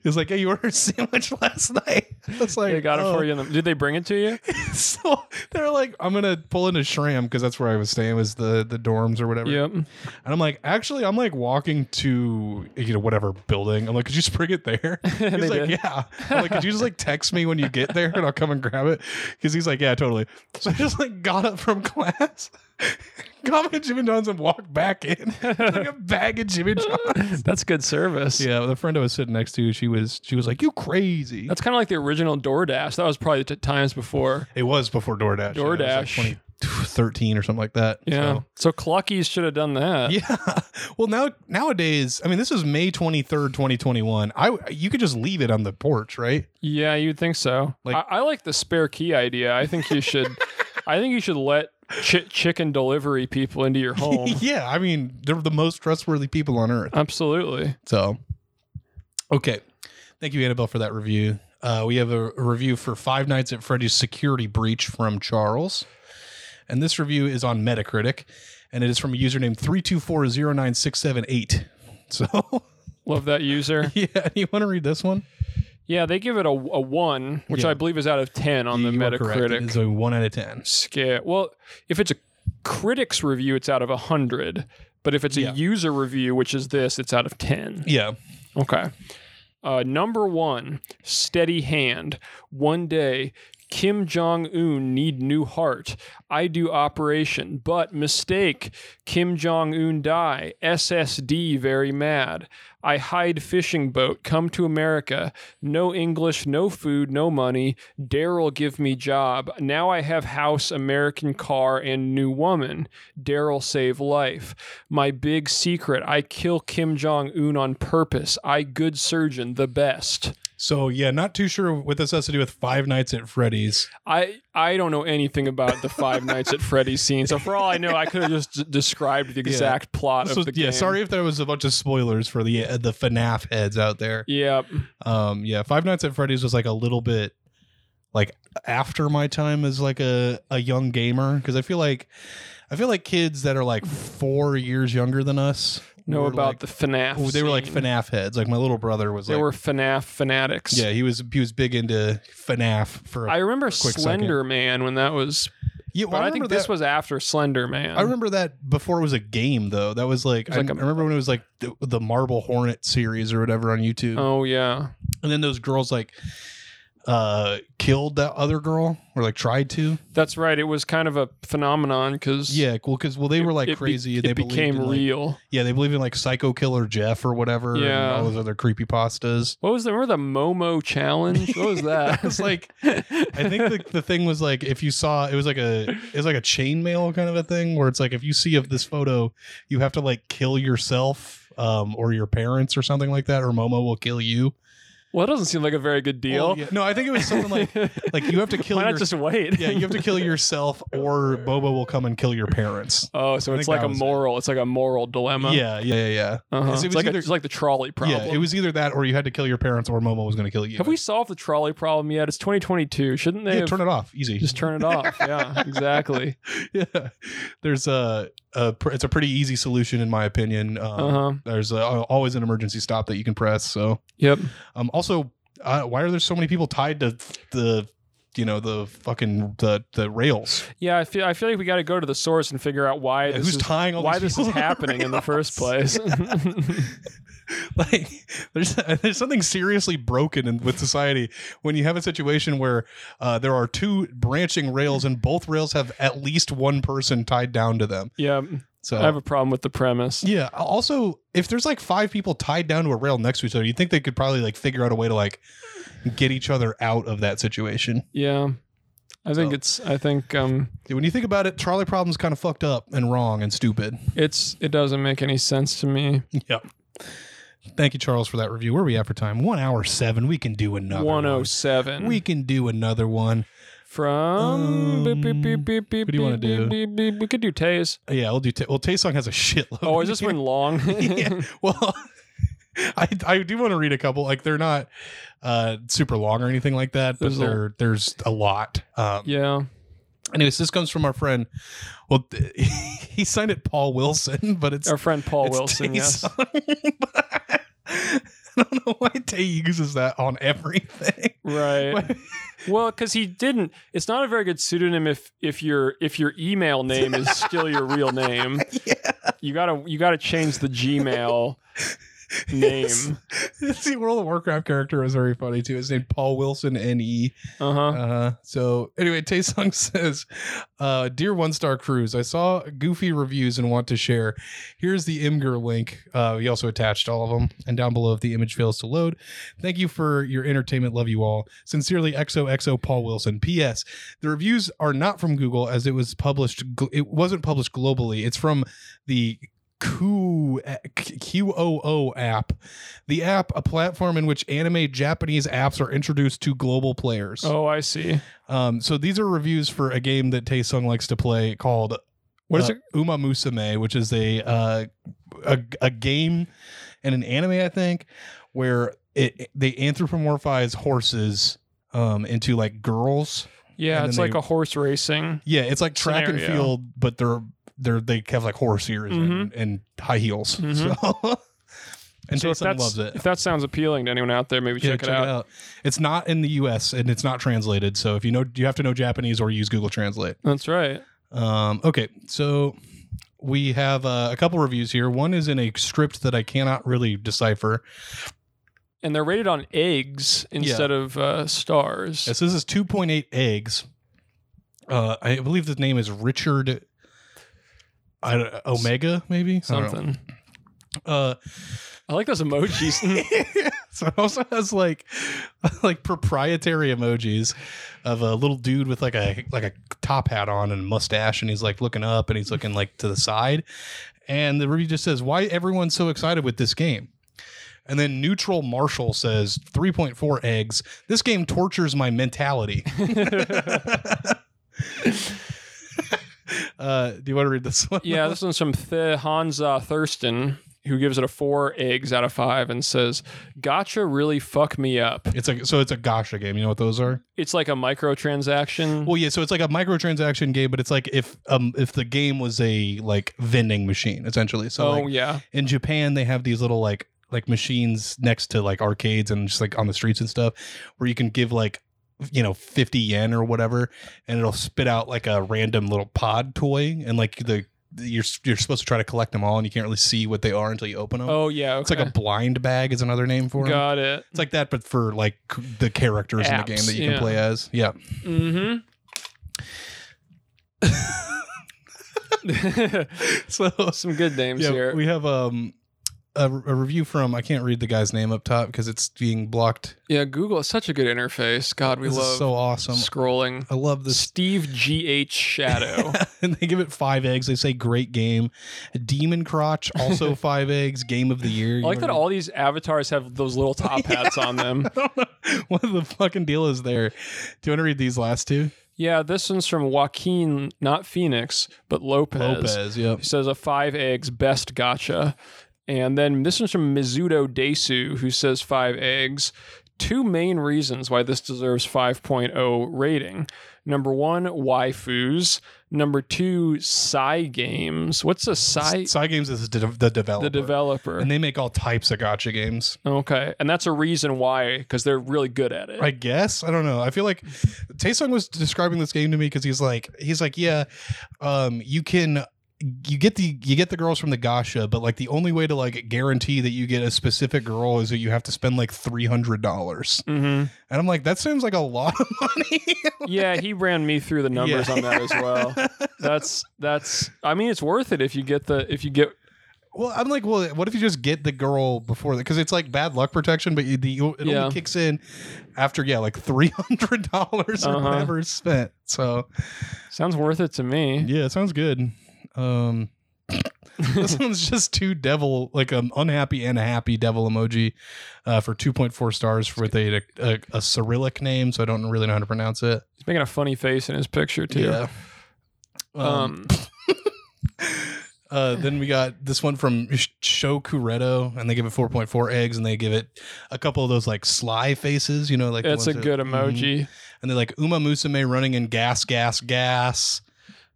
He was like, hey, you ordered a sandwich last night. I was like, They got it "Oh." for you. in the- Did they bring it to you? So they're like, I'm gonna pull into Shram because that's where I was staying, was the the dorms or whatever. Yep. And I'm like, actually, I'm like walking to you know whatever building. I'm like, could you just bring it there? He's They like, did. yeah. I'm like, could you just like text me when you get there and I'll come and grab it? Because he's like, yeah, totally. So I just like got up from class, got my Jimmy John's and walked back in like a bag of Jimmy John's. That's good service. Yeah, the friend I was sitting next to, she was she was like, you crazy. That's kind of like the original DoorDash. That was probably the t- times before. it was before DoorDash. yeah, it was, like, DoorDash. 2013 or something like that. Yeah. So- So, Clucky's should have done that. Yeah. Well, now nowadays, I mean, this is May twenty third, twenty twenty one. I you could just leave it on the porch, right? Yeah, you'd think so. Like- I, I like the spare key idea. I think you should. I think you should let chi- chicken delivery people into your home. yeah. I mean, they're the most trustworthy people on earth. Absolutely. So, okay. Thank you, Annabelle, for that review. Uh, we have a, a review for Five Nights at Freddy's Security Breach from Charles. And this review is on Metacritic, and it is from a user named 3240968. So Love that user. yeah, you want to read this one? Yeah, they give it a, a one, which Yeah. I believe is out of ten on the You are correct. It Metacritic is a one out of ten. scale. Well, if it's a critics review, it's out of hundred. But if it's a Yeah. user review, which is this, it's out of ten. Yeah, Okay. Uh, number one, steady hand. One day, Kim Jong Un need new heart. I do operation, but mistake. Kim Jong Un die. SSD very mad. I hide fishing boat. Come to America. No English, no food, no money. Daryl give me job. Now I have house, American car, and new woman. Daryl save life. My big secret. I kill Kim Jong Un on purpose. I good surgeon, the best. So yeah, not too sure what this has to do with Five Nights at Freddy's. I I don't know anything about the Five Nights at Freddy's scene, so for all I know, I could have just d- described the exact plot This of was- the game. yeah, sorry if there was a bunch of spoilers for the uh, the FNAF heads out there. Yep. Um, yeah, Five Nights at Freddy's was like a little bit like after my time as like a a young gamer because I feel like I feel like kids that are like four years younger than us know were, about like, the FNAF. oh, they were like scene. FNAF heads. Like my little brother was They like were FNAF fanatics. yeah he was he was big into FNAF for I remember quick second. Slender Man when that was, yeah. well, but I, remember think that- this was after Slender Man. I remember that before it was a game though. That was like, It was like I a- remember when it was like the, the Marble Hornet series or whatever on YouTube, Oh yeah, and then those girls like uh killed that other girl or like tried to. that's right. It was kind of a phenomenon because Yeah, well, because well they were like crazy. It they believed became in, like- real. yeah, they believe in like Psycho Killer Jeff or whatever. Yeah. and all those other creepy pastas. What was the remember the Momo challenge? What was that? It's like I think the, the thing was like if you saw it was like a it was like a chainmail kind of a thing where it's like if you see of this photo you have to like kill yourself um or your parents or something like that or Momo will kill you. well, that doesn't seem like a very good deal. Oh, yeah. No, I think it was something like like you have to kill Why not your- just wait? yeah you have to kill yourself or Bobo will come and kill your parents. oh, so I it's think like that a was it. moral. It's like a moral dilemma. Yeah, yeah, yeah, yeah. Uh-huh. It It's, was like a- either- it's like the trolley problem. Yeah, it was either that or you had to kill your parents or Momo was going to kill you. Have we solved the trolley problem yet? It's 2022. Shouldn't they Yeah, have turn it off. Easy. just turn it off? yeah, exactly. yeah. There's a, a pr- it's a pretty easy solution in my opinion. Um, Uh huh. There's a, always an emergency stop that you can press. So, Yep. um, also, uh, why are there so many people tied to the, you know, the fucking the the rails? Yeah, I feel I feel like we got to go to the source and figure out why this Who's is, tying all why these this people is to the happening in the first rails? place. like there's there's something seriously broken in, with society when you have a situation where uh, there are two branching rails and both rails have at least one person tied down to them. yeah, So I have a problem with the premise. yeah. Also, if there's like five people tied down to a rail next to each other, you think they could probably like figure out a way to like get each other out of that situation. Yeah. I think So- it's I think um Dude, when you think about it, Charlie Problem's kind of fucked up and wrong and stupid. it's it doesn't make any sense to me. Yep. Thank you, Charles, for that review. Where are we at for time? One hour seven. We can do another. One oh one. seven. We can do another one. from Um, what do you wanna do? We could do Taze. Yeah, we'll do. Ta- well, Taysong has a shitload. Oh, is this one long? yeah. Well, I I do want to read a couple. Like they're not uh super long or anything like that, but There's a- there there's a lot. Um, yeah. Anyways, this comes from our friend. Well, th- he signed it Paul Wilson, but it's Our friend Paul it's Wilson, yes. Taysong. I don't know why Tay uses that on everything. Right. well, because he didn't it's not a very good pseudonym if if your if your email name is still your real name. Yeah. You gotta you gotta change the Gmail name. See, World of Warcraft character was very funny too. His name Paul Wilson N E. Uh-huh. Uh-huh. So anyway, Taesung says, uh, Dear One Star Cruise, I saw goofy reviews and want to share. Here's the Imgur link. Uh, we also attached all of them. And down below, if the image fails to load, thank you for your entertainment. Love you all. Sincerely, XOXO Paul Wilson. P.S. The reviews are not from Google as it was published. gl- It wasn't published globally. It's from the eh, Q- QOO app, the app, a platform in which anime Japanese apps are introduced to global players. Oh, I see. Um, so these are reviews for a game that Tae Sung likes to play called What is uh, it? Uma Musume, which is a, uh, a a game and an anime, I think, where it they anthropomorphize horses um, into like girls. and Yeah, then it's like they- a horse racing. Yeah, it's like track and Scenario. field, but they're they're they have like horse ears and, and high heels. Mhm. So And So if Jason that's- loves it. If that sounds appealing to anyone out there, maybe Yeah, check, it out. It's not in the U.S. and it's not translated. So if you know, you have to know Japanese or use Google Translate. That's right. Um, okay, so we have uh, a couple reviews here. One is in a script that I cannot really decipher. And they're rated on eggs instead of uh, stars. It says it's 2.8 eggs. Uh, I believe the name is Richard I, don't- Omega, maybe I don't know. Something. Uh, I like those emojis. so it also has like like proprietary emojis of a little dude with like a like a top hat on and mustache and he's like looking up and he's looking like to the side and the review just says why everyone's so excited with this game and then neutral marshall says 3.4 eggs this game tortures my mentality uh, do you want to read this one yeah, this one's from Th- Hansa Thurston, who gives it a four eggs out of five and says, Gotcha really fuck me up. it's like so it's a gotcha game you know what those are It's like a microtransaction. Well, yeah, so it's like a microtransaction game, but it's like if um if the game was a like vending machine essentially. So oh, like, yeah. in Japan they have these little like like machines next to like arcades and just like on the streets and stuff where you can give like you know 50 yen or whatever and it'll spit out like a random little pod toy and like the you're you're supposed to try to collect them all and you can't really see what they are until you open them. Oh, yeah. It's like a okay. blind bag is another name for 'em. Got it. It's like that but for like c- the characters in the Apps, game that you yeah. can play as. Yeah. Mm hmm. So Some good names yeah, here. we have um a, a review from I can't read the guy's name up top because it's being blocked. yeah, Google is such a good interface. God, we this love is so awesome. scrolling. I love this. Steve G H Shadow. and they give it five eggs. They say great game. Demon Crotch also five eggs. Game of the year. I like that all these avatars have those little top hats on them. what the fucking deal is there? Do you want to read these last two? Yeah, this one's from Joaquin, not Phoenix, but Lopez. Yep. He says a five eggs best gotcha. And then this one's from Mizudo Desu, who says five eggs. Two main reasons why this deserves 5.0 rating. Number one, waifus. Number two, Psy Games. What's a Psy? Side Games is the, de- the developer. The developer. And they make all types of gotcha games. Okay. And that's a reason why, because they're really good at it. I guess I don't know. I feel like Taesung was describing this game to me because he's like he's like yeah, um, you can you get the you get the girls from the Gasha, but like the only way to like guarantee that you get a specific girl is that you have to spend like three hundred dollars. Mm-hmm. And I'm like that seems like a lot of money. yeah, he ran me through the numbers Yeah. on that as well. That's that's. I mean, it's worth it if you get the if you get. well, I'm like, well, what if you just get the girl before that? Because it's like bad luck protection, but you, the, it Yeah. only kicks in after yeah, like three hundred dollars or Uh-huh. whatever is spent. So. Sounds worth it to me. Yeah, it sounds good. Um, this one's just two devil, like um, unhappy and a happy devil emoji uh, for 2.4 stars for with a, a, a Cyrillic name, so I don't really know how to pronounce it. He's making a funny face in his picture too. Um, Um, uh, then we got this one from Sh- Shokureto, and they give it 4.4 eggs, and they give it a couple of those like sly faces, you know, like the it's a ones that- good Mhm. emoji. And they're like Uma Musume running in gas, gas, gas.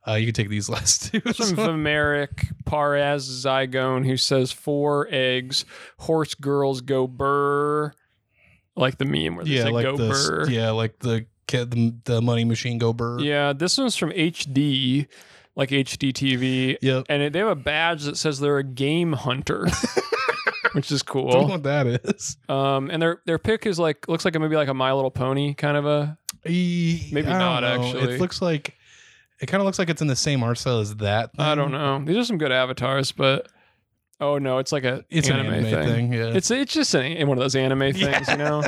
Uh, you can take these last two. It's From Vimeric Paraz Zygone, who says four eggs, horse girls go burr, like the meme where they say go the burr. yeah, like the ca- the, the money machine go burr. Yeah, this one's from HD, like HDTV, yep. and it, they have a badge that says they're a game hunter, which is I don't know cool. what that is. Um, and their their pick is like looks like a, maybe like a My Little Pony kind of a. E- Maybe I don't not, know. actually. It looks like it kind of looks like it's in the same art style as that. I thing. don't know. These are some good avatars, but oh no, it's like a It's anime, an anime thing. thing. yeah. It's it's just an, one of those anime things, you know.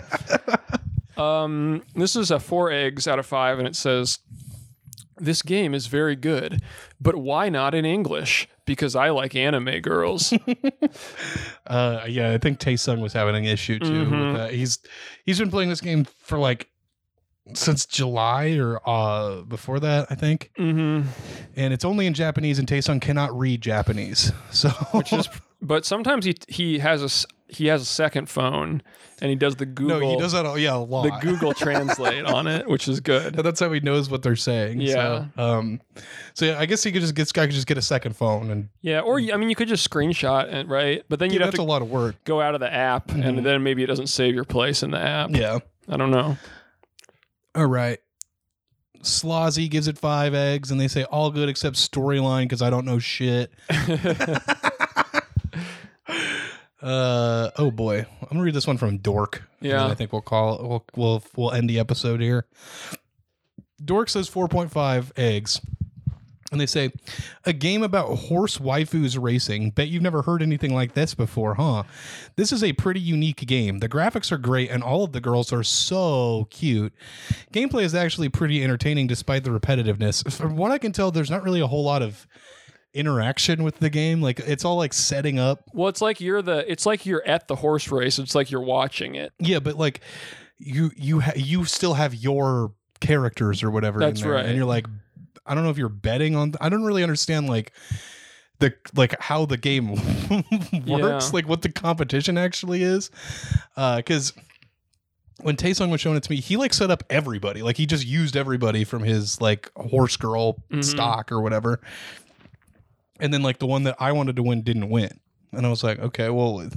um, this is a four eggs out of five, and it says. This game is very good, but why not in English? Because I like anime girls. uh, yeah, I think Tae Sung was having an issue too. Mhm. With that. He's he's been playing this game for like since July or uh before that, I think. hmm And it's only in Japanese and Tae Sung cannot read Japanese. So Which is, but sometimes he he has a s- he has a second phone and he does the Google no, he does that all. Yeah, a lot. the Google Translate on it, which is good. Yeah, that's how he knows what they're saying. Yeah. So, um, so yeah, I guess he could just get this guy could just get a second phone, and Yeah, or I mean, you could just screenshot it, right? But then Dude, you'd have that's a to lot of work. go out of the app, Mhm. and then maybe it doesn't save your place in the app. Yeah. I don't know. All right. Slozzy gives it five eggs, and they say all good except storyline because I don't know shit. uh oh boy, I'm gonna read this one from Dork. and then Yeah. I think we'll call we'll we'll we'll end the episode here. Dork says 4.5 eggs. And they say, a game about horse waifus racing. Bet you've never heard anything like this before, huh? This is a pretty unique game. The graphics are great, and all of the girls are so cute. Gameplay is actually pretty entertaining despite the repetitiveness. From what I can tell, there's not really a whole lot of interaction with the game. Like, it's all like setting up Well, it's like you're the. It's like you're at the horse race. It's like you're watching it. Yeah, but like you you ha- you still have your characters or whatever. That's in there, right. And you're like, I don't know if you're betting on. I don't really understand like the like how the game works, Yeah. like what the competition actually is, because. when Taesung was showing it to me, he like set up everybody. Like he just used everybody from his like horse girl Mhm. stock or whatever. And then like the one that I wanted to win didn't win. And I was like, okay, well,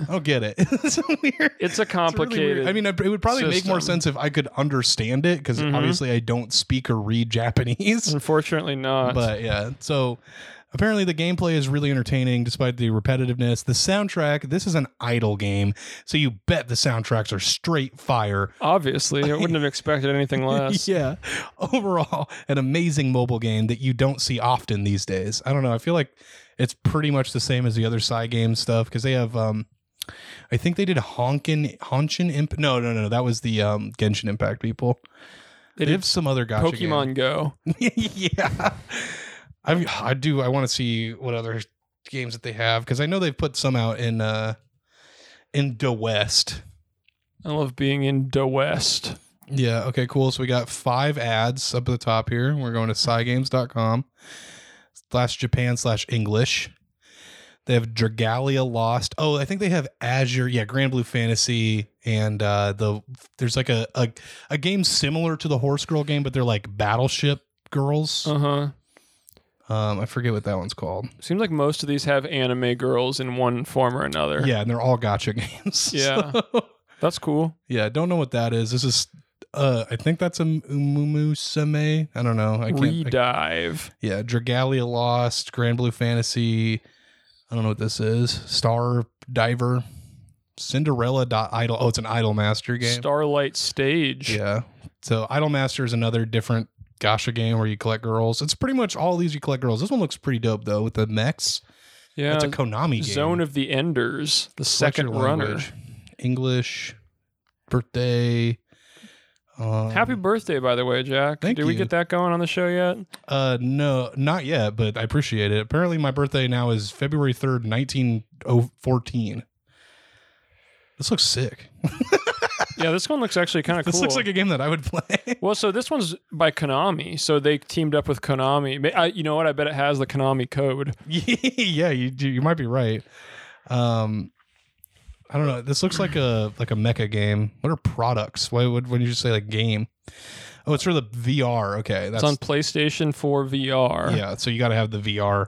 I don't get it. it's so weird. It's a It's really complicated. weird. I mean, it it would probably make more system. sense if I could understand it because Mhm. obviously I don't speak or read Japanese. unfortunately not. But yeah, so apparently the gameplay is really entertaining despite the repetitiveness. The soundtrack, this is an idle game, so you bet the soundtracks are straight fire. Obviously, I wouldn't have expected anything less. Yeah. Overall, an amazing mobile game that you don't see often these days. I don't know. I feel like it's pretty much the same as the other side game stuff because they have. um I think they did Honkin Honchin Imp. No, no, no, no. That was the um, Genshin Impact people. They They, did have some other gotcha game. Pokemon Go. yeah. I I do I want to see what other games that they have because I know they've put some out in uh in the West. I love being in the West. Yeah, okay, cool. So we got five ads up at the top here. We're going to scigames.com slash Japan slash English. They have Dragalia Lost. Oh, I think they have Azure, yeah, Grand Blue Fantasy, and uh the there's like a a, a game similar to the horse girl game, but they're like battleship girls. Uh huh. Um, I forget what that one's called. Seems like most of these have anime girls in one form or another. Yeah, and they're all gotcha games. Yeah. So- That's cool. yeah, don't know what that is. This is uh I think that's a M- Umumusame. I don't know. I can't I- Redive. Yeah, Dragalia Lost, Grand Blue Fantasy. I don't know what this is. Star Diver, Cinderella dot Idol. Oh, it's an Idol Master game. Starlight Stage. yeah. So Idol Master is another different Gosha game where you collect girls. It's pretty much all these you collect girls. This one looks pretty dope though with the mechs. Yeah. That's a Konami game. Zone of the Enders, the second What's your runner. language? English, birthday. Um, Happy birthday, by the way, Jack. Thank Did we you. get that going on the show yet? Uh, no, not yet, but I appreciate it. Apparently, my birthday now is February third, nineteen oh fourteen. This looks sick. Yeah, this one looks actually kind of cool. This looks like a game that I would play. well, so this one's by Konami, so they teamed up with Konami. Ma- I, you know what? I bet it has the Konami code. yeah, you do- you might be right. Um, I don't know. This looks like a like a mecha game. What are products? Why would when you just say like game? Oh, it's for the VR. Okay, It's that's on PlayStation 4 VR. Yeah, so you got to have the VR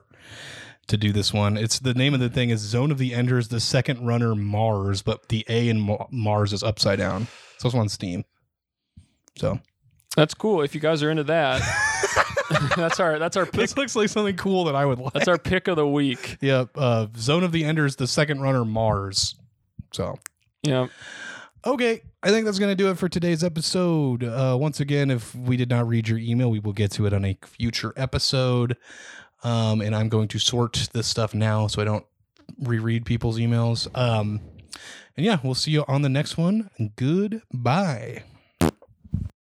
to do this one. It's the name of the thing is Zone of the Enders, the second runner Mars, but the A in Ma- Mars is upside down. So it's on Steam. So That's cool. If you guys are into that, that's our that's our pick. this looks like something cool that I would like. That's our pick of the week. Yeah, uh, Zone of the Enders, the second runner Mars. So Yeah. okay, I think that's gonna do it for today's episode. Uh, once again, if we did not read your email, we will get to it on a future episode. Um, and I'm going to sort this stuff now so I don't reread people's emails. Um, and yeah, we'll see you on the next one. Goodbye.